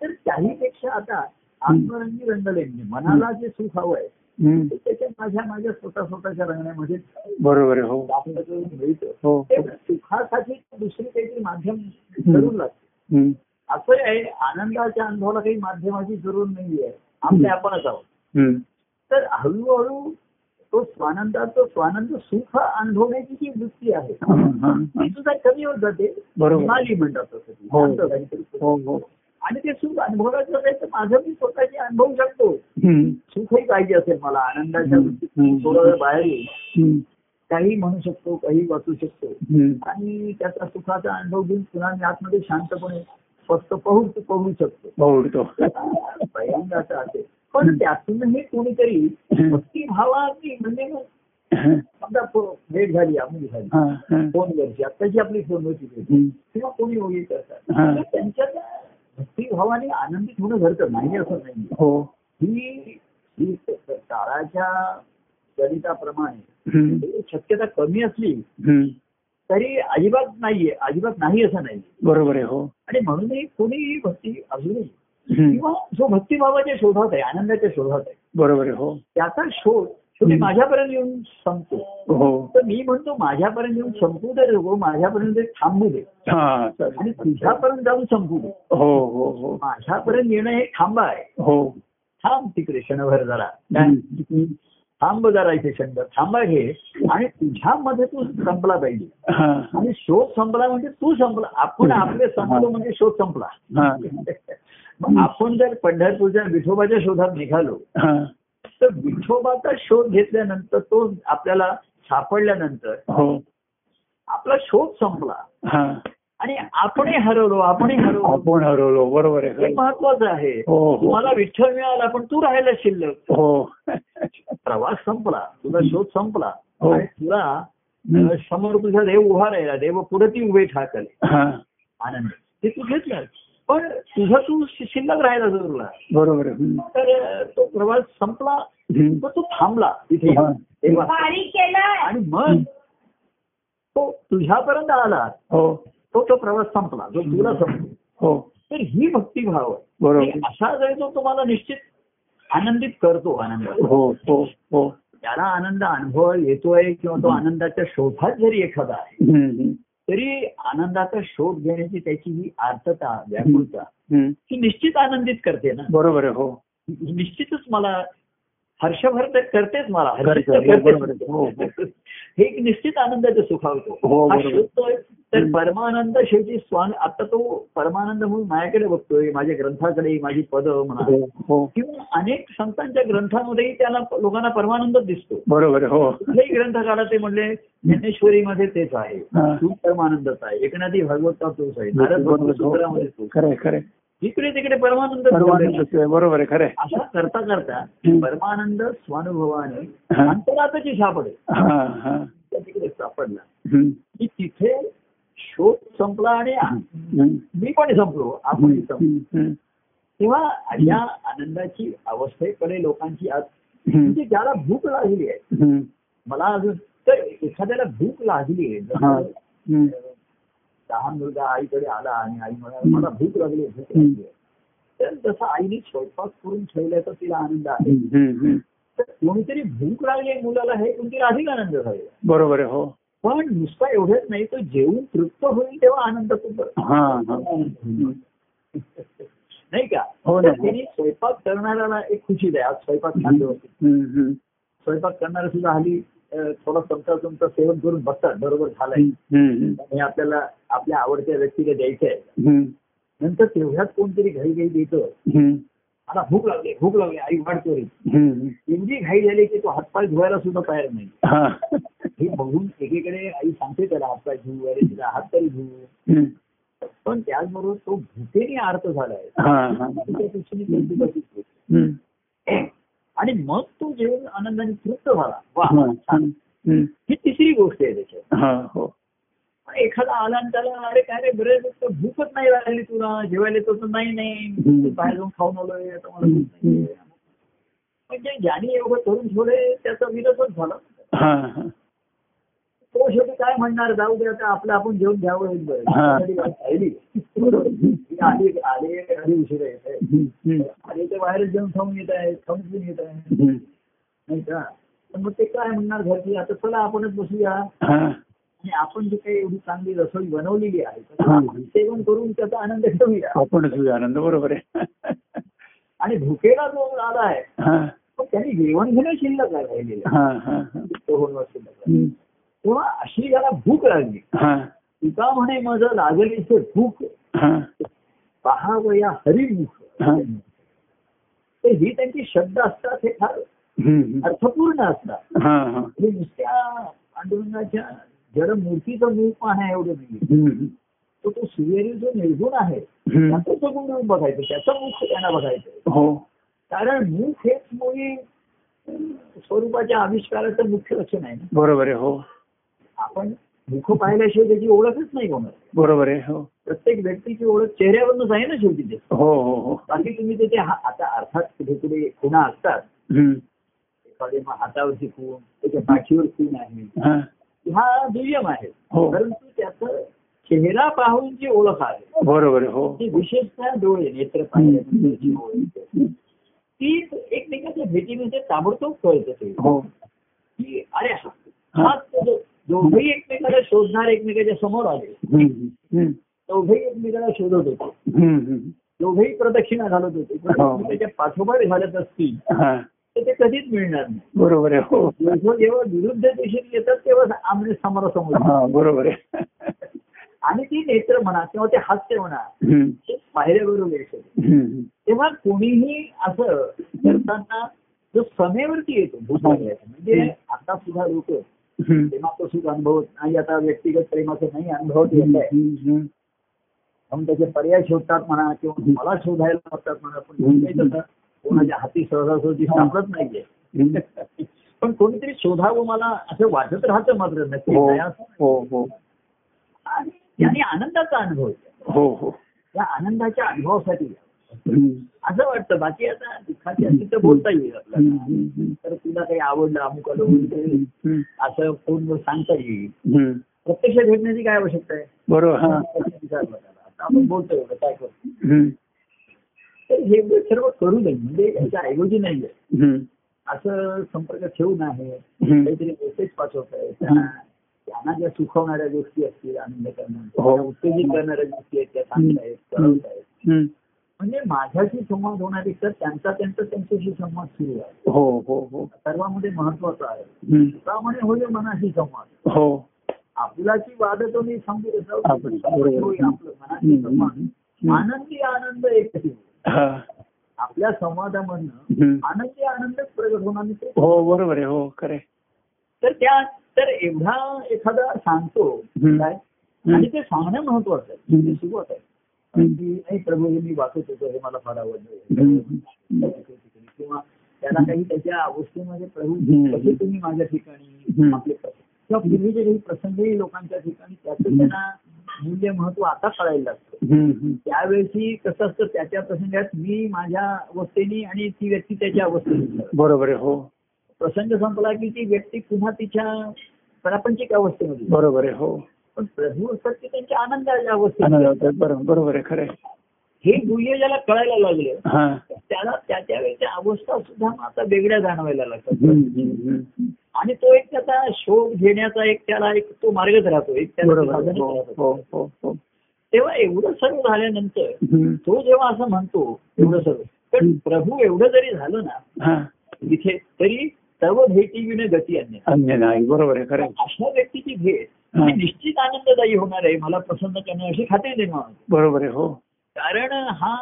[SPEAKER 2] तर त्याहीपेक्षा आता आत्मरंगी रंगले म्हणजे मनाला जे सुख हवं आहे
[SPEAKER 1] हम्म,
[SPEAKER 2] ते त्याच्या माझ्या माझ्या स्वतः स्वतःच्या रंगण्यामध्ये
[SPEAKER 1] बरोबर आहे हो
[SPEAKER 2] आपल्याला जे मिळतं
[SPEAKER 1] हो
[SPEAKER 2] ते सुखासाठी दुसरी काहीतरी माध्यम जरूर लागते
[SPEAKER 1] हम्म,
[SPEAKER 2] असं आहे आनंदाच्या अनुभवाला काही माध्यमाची जरूर नाहीये आपले आपणच आहोत
[SPEAKER 1] हम्म.
[SPEAKER 2] तर हळूहळू तो स्वानंदात तो स्वानंद सुख अनुभवण्याची जी वृत्ती आहे
[SPEAKER 1] हा, हा, हा.
[SPEAKER 2] ती सुद्धा कमी होत जाते
[SPEAKER 1] बरोबर.
[SPEAKER 2] हिमाली म्हणतात तसं ती.
[SPEAKER 1] हो.
[SPEAKER 2] शांत काहीतरी सुख.
[SPEAKER 1] हो हो
[SPEAKER 2] आणि ते सुख अनुभवायचं असेल तर माझं मी स्वतःची अनुभवू शकतो
[SPEAKER 1] हम्म,
[SPEAKER 2] सुखही पाहिजे असेल मला आनंदाच्या
[SPEAKER 1] हम्म.
[SPEAKER 2] वृत्तीतून थोडा वेळ बाहेर येईल
[SPEAKER 1] हम्म,
[SPEAKER 2] काही म्हणू शकतो काही वाचू शकतो
[SPEAKER 1] हम्म.
[SPEAKER 2] आणि त्याचा सुखाचा अनुभव घेऊन पुन्हा मी आतमध्ये शांतपणे स्वस्त पाहू पाहू शकतो
[SPEAKER 1] आवडतो
[SPEAKER 2] भयंग असं असेल पण त्यातूनही कोणीतरी भक्तिभावाने म्हणजे मग समजा फो- भेट झाली अमुक झाली
[SPEAKER 1] हा, हा.
[SPEAKER 2] फोनवरची आत्ताची आपली फोनवरची भेट
[SPEAKER 1] हम्म,
[SPEAKER 2] किंवा कोणी ओळीत असतात
[SPEAKER 1] हा.
[SPEAKER 2] तर त्यांच्या त्या भक्तिभावाने आनंदित होणं घडतं नाही असं नाही
[SPEAKER 1] हो
[SPEAKER 2] ही ही ताराच्या गणिताप्रमाणे
[SPEAKER 1] हम्म,
[SPEAKER 2] ही शक्यता कमी असली
[SPEAKER 1] हम्म.
[SPEAKER 2] तरी अजिबात नाहीये अजिबात नाही असं नाही
[SPEAKER 1] बरोबर आहे हो
[SPEAKER 2] आणि म्हणूनही कोणीही भक्ती अजूनही
[SPEAKER 1] हम्म,
[SPEAKER 2] किंवा जो भक्तिभावाच्या शोधात आहे आनंदाच्या शोधात आहे
[SPEAKER 1] बरोबर आहे हो
[SPEAKER 2] त्याचा शोध शेवटी
[SPEAKER 1] हं.
[SPEAKER 2] माझ्यापर्यंत येऊन संपतो
[SPEAKER 1] हो
[SPEAKER 2] तर मी म्हणतो माझ्यापर्यंत येऊन संपू दे रे गो माझ्यापर्यंत येऊन थांबू दे
[SPEAKER 1] हा
[SPEAKER 2] आणि
[SPEAKER 1] चालेल.
[SPEAKER 2] तुझ्यापर्यंत जाऊन संपू दे
[SPEAKER 1] हो हो हो
[SPEAKER 2] माझ्यापर्यंत येणं हे थांबा आहे
[SPEAKER 1] हो
[SPEAKER 2] थांब तिकडे क्षणभर जरा काय?
[SPEAKER 1] हम्म, हम्म.
[SPEAKER 2] थांब जरा इथे क्षणभर थांबा हे आणि तुझ्यामध्ये तू संपला पाहिजे
[SPEAKER 1] हा, हा.
[SPEAKER 2] आणि शोध संपला म्हणजे तू संपला आपण आपले संपलो म्हणजे शोध संपला
[SPEAKER 1] हा.
[SPEAKER 2] मग आपण जर पंढरपूरच्या विठोबाच्या शोधात निघालो
[SPEAKER 1] हा.
[SPEAKER 2] तर विठोबाचा शोध घेतल्यानंतर तो आपल्याला सापडल्यानंतर
[SPEAKER 1] हो
[SPEAKER 2] आपला शोध संपला
[SPEAKER 1] हा
[SPEAKER 2] आणि आपणही हरवलो आपणही हरवलो
[SPEAKER 1] आपण हरवलो बरोबर
[SPEAKER 2] हे
[SPEAKER 1] आहे
[SPEAKER 2] महत्वाचं आहे
[SPEAKER 1] हो हो
[SPEAKER 2] तुम्हाला विठ्ठल मिळाला पण तू राहायला शिल्लक
[SPEAKER 1] हो
[SPEAKER 2] प्रवास संपला तुझा शोध संपला
[SPEAKER 1] हो.
[SPEAKER 2] आणि तुला अ, समोर तुझा देव उभा राहिला देव पुढे ती उभे ठाकले
[SPEAKER 1] हा
[SPEAKER 2] आनंद ते तू घेतलं पण तुझं तू शि- शिल्लक राहिला जरूरला
[SPEAKER 1] बरोबर आहे हम्म,
[SPEAKER 2] तर अ, तो प्रवास संपला
[SPEAKER 1] हम्म.
[SPEAKER 2] मग तो थांबला तिथे
[SPEAKER 1] हा.
[SPEAKER 2] तेव्हा आणि मग तो तुझ्यापर्यंत आला
[SPEAKER 1] हो
[SPEAKER 2] तो तो प्रवास संपला जो तुला संपला
[SPEAKER 1] हो
[SPEAKER 2] तर ही भक्तिभाव आहे
[SPEAKER 1] बरोबर
[SPEAKER 2] आणि अशा वेळी तो तुम्हाला निश्चित आनंदित करतो आनंद
[SPEAKER 1] हो हो हो
[SPEAKER 2] त्याला आनंद अनुभव येतोय किंवा तो आनंदाच्या शोधात जरी एखादा आहे
[SPEAKER 1] हम्म, हम्म,
[SPEAKER 2] तरी आनंदाचा शोध घेण्याची त्याची ही आर्थता व्याकुळता
[SPEAKER 1] हम्म.
[SPEAKER 2] ही निश्चित आनंदित करते ना
[SPEAKER 1] बरोबर आहे हो
[SPEAKER 2] निश्चितच मला हर्षभर तर करतेच मला हर्षित
[SPEAKER 1] करते,
[SPEAKER 2] तर
[SPEAKER 1] बरोबर आहे. हो,
[SPEAKER 2] करतेच. हे एक निश्चित आनंदाचं
[SPEAKER 1] हो,
[SPEAKER 2] सुखावतो हा
[SPEAKER 1] बरोबर.
[SPEAKER 2] शोधतोय तर
[SPEAKER 1] हं.
[SPEAKER 2] परमानंद शेवटी स्वामी आता तो परमानंद म्हणून माझ्याकडे बघतोय माझ्या ग्रंथाकडे माझी पद म्हणा
[SPEAKER 1] हो, हो
[SPEAKER 2] किंवा अनेक संतांच्या ग्रंथांमध्येही त्याला लोकांना परमानंदच दिसतो
[SPEAKER 1] बरोबर आहे, हो
[SPEAKER 2] कुठल्याही ग्रंथकाराला ते म्हणले ज्ञानेश्वरीमध्ये तेच आहे
[SPEAKER 1] हा.
[SPEAKER 2] तू परमानंदच आहे एकनाथी भागवतात तोच आहे नारद
[SPEAKER 1] बरोबर,
[SPEAKER 2] भगवत
[SPEAKER 1] हो.
[SPEAKER 2] सूत्रामध्ये तोच
[SPEAKER 1] खरंय खरंय
[SPEAKER 2] इकडे तिकडे परमानंद
[SPEAKER 1] परमानंद आहे, बरोबर आहे खरंय
[SPEAKER 2] असं करता करता
[SPEAKER 1] हं.
[SPEAKER 2] परमानंद स्वानुभवाने
[SPEAKER 1] हा.
[SPEAKER 2] अंतरातची सापडे
[SPEAKER 1] हा हा
[SPEAKER 2] त्या तिकडे सापडला
[SPEAKER 1] हम्म,
[SPEAKER 2] की तिथे शोध संपला आणि आ-
[SPEAKER 1] हम्म,
[SPEAKER 2] मी पण संपलो आपण संपलो
[SPEAKER 1] हम्म, हम्म,
[SPEAKER 2] तेव्हा या आनंदाची अवस्थेकडे लोकांची आज
[SPEAKER 1] हम्म,
[SPEAKER 2] म्हणजे ज्याला भूक लागली आहे
[SPEAKER 1] हम्म,
[SPEAKER 2] मला अजून तर एखाद्याला भूक लागली आहे
[SPEAKER 1] हा,
[SPEAKER 2] जसं
[SPEAKER 1] हम्म,
[SPEAKER 2] लहान मुलगा आईकडे आला आणि आई म्हणाली
[SPEAKER 1] हं.
[SPEAKER 2] मला भूक लागली आहे, भूक लागली आहे तर जसं आईने स्वयंपाक करून ठेवल्याचा तिला आनंद आहे
[SPEAKER 1] हम्म, हम्म, हम्म.
[SPEAKER 2] तर कोणीतरी भूक लागली आहे मुलाला हे कोणतरी अधिक आनंद झालेला
[SPEAKER 1] बरोबर आहे हो
[SPEAKER 2] पण नुसता एवढंच नाही तो जेवून तृप्त होईल तेव्हा आनंद होतो
[SPEAKER 1] हा हा
[SPEAKER 2] नाही का
[SPEAKER 1] हो ना.
[SPEAKER 2] तर त्यांनी स्वयंपाक करणाऱ्याला एक खुशी द्या आज स्वयंपाक छान व्यवस्थित
[SPEAKER 1] हम्म, हम्म,
[SPEAKER 2] स्वयंपाक करणारा सुद्धा हल्ली अं, थोडा चमचा चमचा सेवन करून बसतात बरोबर झालाय
[SPEAKER 1] हम्म,
[SPEAKER 2] हे आपल्याला आपल्या आवडत्या व्यक्तीला द्यायचं आहे
[SPEAKER 1] हम्म,
[SPEAKER 2] नंतर तेवढ्यात कोणतरी घाई घाई देतं
[SPEAKER 1] हम्म,
[SPEAKER 2] आता भूक लागली भूक लागली आई वाट चोरी
[SPEAKER 1] हम्म.
[SPEAKER 2] एवढी घाई झाली की तो हातपाय धुवायला सुद्धा तयार नाही
[SPEAKER 1] हा.
[SPEAKER 2] हे बघून एकीकडे आई सांगते त्याला हातपाय धुवू अरे तिला हात तरी धुवू
[SPEAKER 1] हम्म,
[SPEAKER 2] पण त्याचबरोबर तो भूकेने आर्त झालाय
[SPEAKER 1] हा, हा, हा.
[SPEAKER 2] त्या दृष्टीने कौतुकाची गोष्ट.
[SPEAKER 1] हम्म,
[SPEAKER 2] आणि मग तो जेवण आनंदाने तृप्त झाला वा
[SPEAKER 1] हा, हा.
[SPEAKER 2] छान.
[SPEAKER 1] हम्म,
[SPEAKER 2] ही तिसरी गोष्ट आहे त्याच्यात
[SPEAKER 1] हा, हो.
[SPEAKER 2] पण एखादा आला आणि त्याला अरे काय रे बरेच दिवस भूकच नाही लागली तुला जेवायला येतो तर नाही नाही
[SPEAKER 1] हम्म.
[SPEAKER 2] बाहेर जाऊन खाऊन आलोय आता मला
[SPEAKER 1] हम्म,
[SPEAKER 2] भूक नाहीये. म्हणजे ज्याने एवढं करून ठेवलंय त्याचा विरसच झाला
[SPEAKER 1] हा, हा.
[SPEAKER 2] तो शेवटी काय म्हणणार जाऊ दे आता आपलं आपण जेवण घ्यावं हे बरं
[SPEAKER 1] हा.
[SPEAKER 2] त्यासाठी वाट राहिली.
[SPEAKER 1] बरोबर. हम्म,
[SPEAKER 2] मी आले आले घरी उशिरा येत आहे
[SPEAKER 1] हम्म, हम्म,
[SPEAKER 2] आले ते बाहेरच जेवण खाऊन येत आहेत खाऊन पिऊन येत आहेत
[SPEAKER 1] हम्म.
[SPEAKER 2] नाही का पण मग ते काय म्हणणार घरची आता चला आपणच बसूया
[SPEAKER 1] हा,
[SPEAKER 2] आणि आपण जी काही एवढी चांगली रसोई बनवलेली आहे तर
[SPEAKER 1] हा.
[SPEAKER 2] आपण सेवन करून त्याचा आनंद घेऊया
[SPEAKER 1] आपणच होऊ आनंद बरोबर आहे
[SPEAKER 2] आणि भुकेला जो आला आहे
[SPEAKER 1] हा,
[SPEAKER 2] पण त्यांनी जेवण घेणं शिल्लक राहिलेलं आहे.
[SPEAKER 1] हा, हा, हा.
[SPEAKER 2] तो होणं शिल्लक राहिलेलं आहे.
[SPEAKER 1] हम्म,
[SPEAKER 2] तेव्हा अशी ज्याला भूक लागली
[SPEAKER 1] हा,
[SPEAKER 2] तुका म्हणे माझं लागली ते भूक
[SPEAKER 1] हा,
[SPEAKER 2] पहावया हरिमुख
[SPEAKER 1] हा.
[SPEAKER 2] तर ही त्यांची शब्द असतात हे फार
[SPEAKER 1] हम्म,
[SPEAKER 2] अर्थपूर्ण असतात
[SPEAKER 1] हा, हा.
[SPEAKER 2] हे नुसत्या पांडुरंगाच्या जड मूर्तीचं मूळ पाहण्या एवढं नाही
[SPEAKER 1] हम्म,
[SPEAKER 2] तो तो सूर्यरी जो निर्गुण आहे
[SPEAKER 1] हम्म.
[SPEAKER 2] त्याचं तो गुण बघायचं त्याचं मुख त्यांना बघायचं
[SPEAKER 1] हो
[SPEAKER 2] कारण मुख हेच मुळी अं, स्वरूपाच्या आविष्काराचं मुख्य लक्षण आहे ना
[SPEAKER 1] बरोबर आहे हो
[SPEAKER 2] आपण मुख पाहिल्याशिवाय त्याची ओळखच नाही होणार
[SPEAKER 1] बरोबर आहे हो
[SPEAKER 2] प्रत्येक व्यक्तीची ओळख चेहऱ्यावरूनच आहे ना शेवटी ते
[SPEAKER 1] हो हो हो
[SPEAKER 2] बाकी तुम्ही त्याचे हा- आता अर्थात कुठे कुठे खुणा असतात
[SPEAKER 1] हम्म,
[SPEAKER 2] एखाद्या मग हातावरची खूण त्याच्या पाठीवर खूण आहे
[SPEAKER 1] हा,
[SPEAKER 2] हा दुय्यम आहे
[SPEAKER 1] हो
[SPEAKER 2] परंतु त्याचं चेहरा पाहून जी ओळख आहे
[SPEAKER 1] बरोबर आहे हो
[SPEAKER 2] ती विशेषतः डोळे नेत्र
[SPEAKER 1] हम्म,
[SPEAKER 2] पाहिल्यानंतर जी
[SPEAKER 1] हम्म,
[SPEAKER 2] ओळख येते,
[SPEAKER 1] हम्म.
[SPEAKER 2] ती एकमेकाच्या भेटीमध्ये ताबडतोब कळतं ते
[SPEAKER 1] हो
[SPEAKER 2] की अरे हा हा दो- दोघेही एकमेकाला शोधणार एकमेकाच्या समोर आले
[SPEAKER 1] हम्म, हम्म,
[SPEAKER 2] दोघेही एकमेकाला शोधत होते
[SPEAKER 1] हम्म, हम्म.
[SPEAKER 2] दोघेही प्रदक्षिणा घालत होते पण
[SPEAKER 1] हो.
[SPEAKER 2] एकमेकाच्या पाठोपाठ घालत असतील
[SPEAKER 1] हा,
[SPEAKER 2] तर ते कधीच मिळणार नाही
[SPEAKER 1] बरोबर आहे हो
[SPEAKER 2] दोघं जेव्हा विरुद्ध दिशेने येतात तेव्हा आमने समोरासमोर
[SPEAKER 1] हा बरोबर आहे
[SPEAKER 2] आणि ती नेत्र म्हणा किंवा ते हास्य म्हणा
[SPEAKER 1] हम्म,
[SPEAKER 2] ते पाहिल्याबरोबर येते
[SPEAKER 1] हम्म,
[SPEAKER 2] तेव्हा कोणीही असं करताना जो समेवरती येतो
[SPEAKER 1] हो.
[SPEAKER 2] भूतकाळात, म्हणजे आता सुद्धा लोक
[SPEAKER 1] हम्म.
[SPEAKER 2] प्रेमाचं सुख अनुभवत नाही आता व्यक्तिगत प्रेमाचं नाही अनुभवत येत
[SPEAKER 1] हम्म,
[SPEAKER 2] आहे
[SPEAKER 1] हम्म,
[SPEAKER 2] म्हणून त्याचे पर्याय शोधतात म्हणा किंवा मला शोधायला लागतात म्हणा पण
[SPEAKER 1] हम्म.
[SPEAKER 2] काही तसं कोणाच्या हाती सहजासहजी सापडत नाहीये
[SPEAKER 1] हम्म.
[SPEAKER 2] पण कोणीतरी शोधावं मला असं वाटत राहतं मात्र नक्की
[SPEAKER 1] हो
[SPEAKER 2] नाही असं.
[SPEAKER 1] हो हो
[SPEAKER 2] आणि त्याने आनंदाचा अनुभव येतो.
[SPEAKER 1] हो हो
[SPEAKER 2] या आनंदाच्या अनुभवासाठी
[SPEAKER 1] हम्म,
[SPEAKER 2] असं वाटतं बाकी आता दुःखाची असली तर बोलता येईल
[SPEAKER 1] हम्म,
[SPEAKER 2] आपल्याला
[SPEAKER 1] हम्म,
[SPEAKER 2] तर तुला काही आवडलं अमुक आलो
[SPEAKER 1] हम्म, हम्म,
[SPEAKER 2] असं फोनवर सांगता येईल
[SPEAKER 1] हम्म.
[SPEAKER 2] प्रत्यक्ष भेटण्याची काय आवश्यकता आहे
[SPEAKER 1] बरोबर हा
[SPEAKER 2] विचारलं त्याला. आता आपण बोलतोय एवढं, काय करतो
[SPEAKER 1] हम्म,
[SPEAKER 2] तर हे सर्व करू नये म्हणजे याच्या ऐवजी नाही
[SPEAKER 1] हम्म,
[SPEAKER 2] असं संपर्क ठेवून आहे
[SPEAKER 1] हम्म.
[SPEAKER 2] काहीतरी मेसेज पाठवत आहे
[SPEAKER 1] हम्म.
[SPEAKER 2] त्यांना ज्या सुखवणाऱ्या गोष्टी असतील आनंद
[SPEAKER 1] हो.
[SPEAKER 2] करणाऱ्या उत्तेजित करणाऱ्या गोष्टी आहेत त्या सांगत आहेत करत आहेत
[SPEAKER 1] हम्म.
[SPEAKER 2] म्हणजे माझ्याशी संवाद होण्यापेक्षा त्यांचा त्यांचा त्यांच्याशी संवाद सुरू आहे
[SPEAKER 1] हो हो हो
[SPEAKER 2] सर्वांमध्ये महत्वाचा आहे
[SPEAKER 1] हम्म.
[SPEAKER 2] त्यामुळे होय मनाशी संवाद
[SPEAKER 1] हो
[SPEAKER 2] आपलाची वाद तो मी सांगू तसं
[SPEAKER 1] आपण- बरोबर.
[SPEAKER 2] होय आपलं मनाशी
[SPEAKER 1] हम्म.
[SPEAKER 2] संवाद
[SPEAKER 1] हम्म.
[SPEAKER 2] आनंदी आनंद एक
[SPEAKER 1] हा.
[SPEAKER 2] आपल्या संवादामधनं
[SPEAKER 1] हम्म.
[SPEAKER 2] आनंदी आनंदच प्रगट होणार आणि ते-
[SPEAKER 1] हो बरोबर आहे हो खरे
[SPEAKER 2] तर त्या तर एवढा एखादा सांगतो
[SPEAKER 1] हम्म.
[SPEAKER 2] काय आणि ते सांगणं महत्वाचं आहे
[SPEAKER 1] हम्म.
[SPEAKER 2] ते सुरुवात आहे की नाही प्रभू हे मी वाचत होतो हे मला फार आवडलं
[SPEAKER 1] हम्म.
[SPEAKER 2] किंवा त्याला काही त्याच्या अवस्थेमध्ये प्रभू
[SPEAKER 1] हम्म.
[SPEAKER 2] कसे तुम्ही माझ्या ठिकाणी
[SPEAKER 1] हम्म.
[SPEAKER 2] आपले प्रसंग किंवा पूर्वीचे काही प्रसंगही लोकांच्या ठिकाणी त्याचं
[SPEAKER 1] हम्म.
[SPEAKER 2] त्यांना मूल्य महत्व आता कळायला लागतं
[SPEAKER 1] हम्म. हम्म.
[SPEAKER 2] त्यावेळी कसं असतं त्याच्या प्रसंगात मी माझ्या अवस्थेने आणि ती व्यक्ती त्याच्या अवस्थेने
[SPEAKER 1] बरोबर आहे हो
[SPEAKER 2] प्रसंग संपला की ती व्यक्ती पुन्हा तिच्या प्रापंचिक अवस्थेमध्ये जाते.
[SPEAKER 1] बरोबर आहे हो
[SPEAKER 2] पण प्रभू असतात की त्यांच्या आनंदाच्या अवस्थेत
[SPEAKER 1] आनंद होतोय. बरोबर बरोबर आहे खरे
[SPEAKER 2] हे गुह्य ज्याला कळायला लागलं
[SPEAKER 1] हा
[SPEAKER 2] त्याला त्या त्या वेळच्या अवस्था सुद्धा मग आता वेगळ्या जाणवायला लागतात
[SPEAKER 1] हम्म. हम्म. हम्म.
[SPEAKER 2] आणि तो एक त्याचा शोध घेण्याचा एक त्याला एक तो मार्गच राहतो एक त्याला
[SPEAKER 1] बरोबर आहे.
[SPEAKER 2] साधनच
[SPEAKER 1] हो
[SPEAKER 2] राहतं.
[SPEAKER 1] हो हो हो
[SPEAKER 2] तेव्हा एवढं सर्व झाल्यानंतर
[SPEAKER 1] हम्म.
[SPEAKER 2] तो जेव्हा असं म्हणतो एवढं सर्व पण
[SPEAKER 1] हम्म.
[SPEAKER 2] प्रभू एवढं जरी झालं ना
[SPEAKER 1] हा
[SPEAKER 2] इथे तरी सर्व भेटी विणे गती आणणे
[SPEAKER 1] अन्य नाही बरोबर आहे खरे
[SPEAKER 2] अशा व्यक्तीची भेट
[SPEAKER 1] हा.
[SPEAKER 2] ही निश्चित आनंददायी होणार आहे मला प्रसन्न करणार अशी खात्री निर्माण होते.
[SPEAKER 1] बरोबर आहे हो
[SPEAKER 2] कारण हा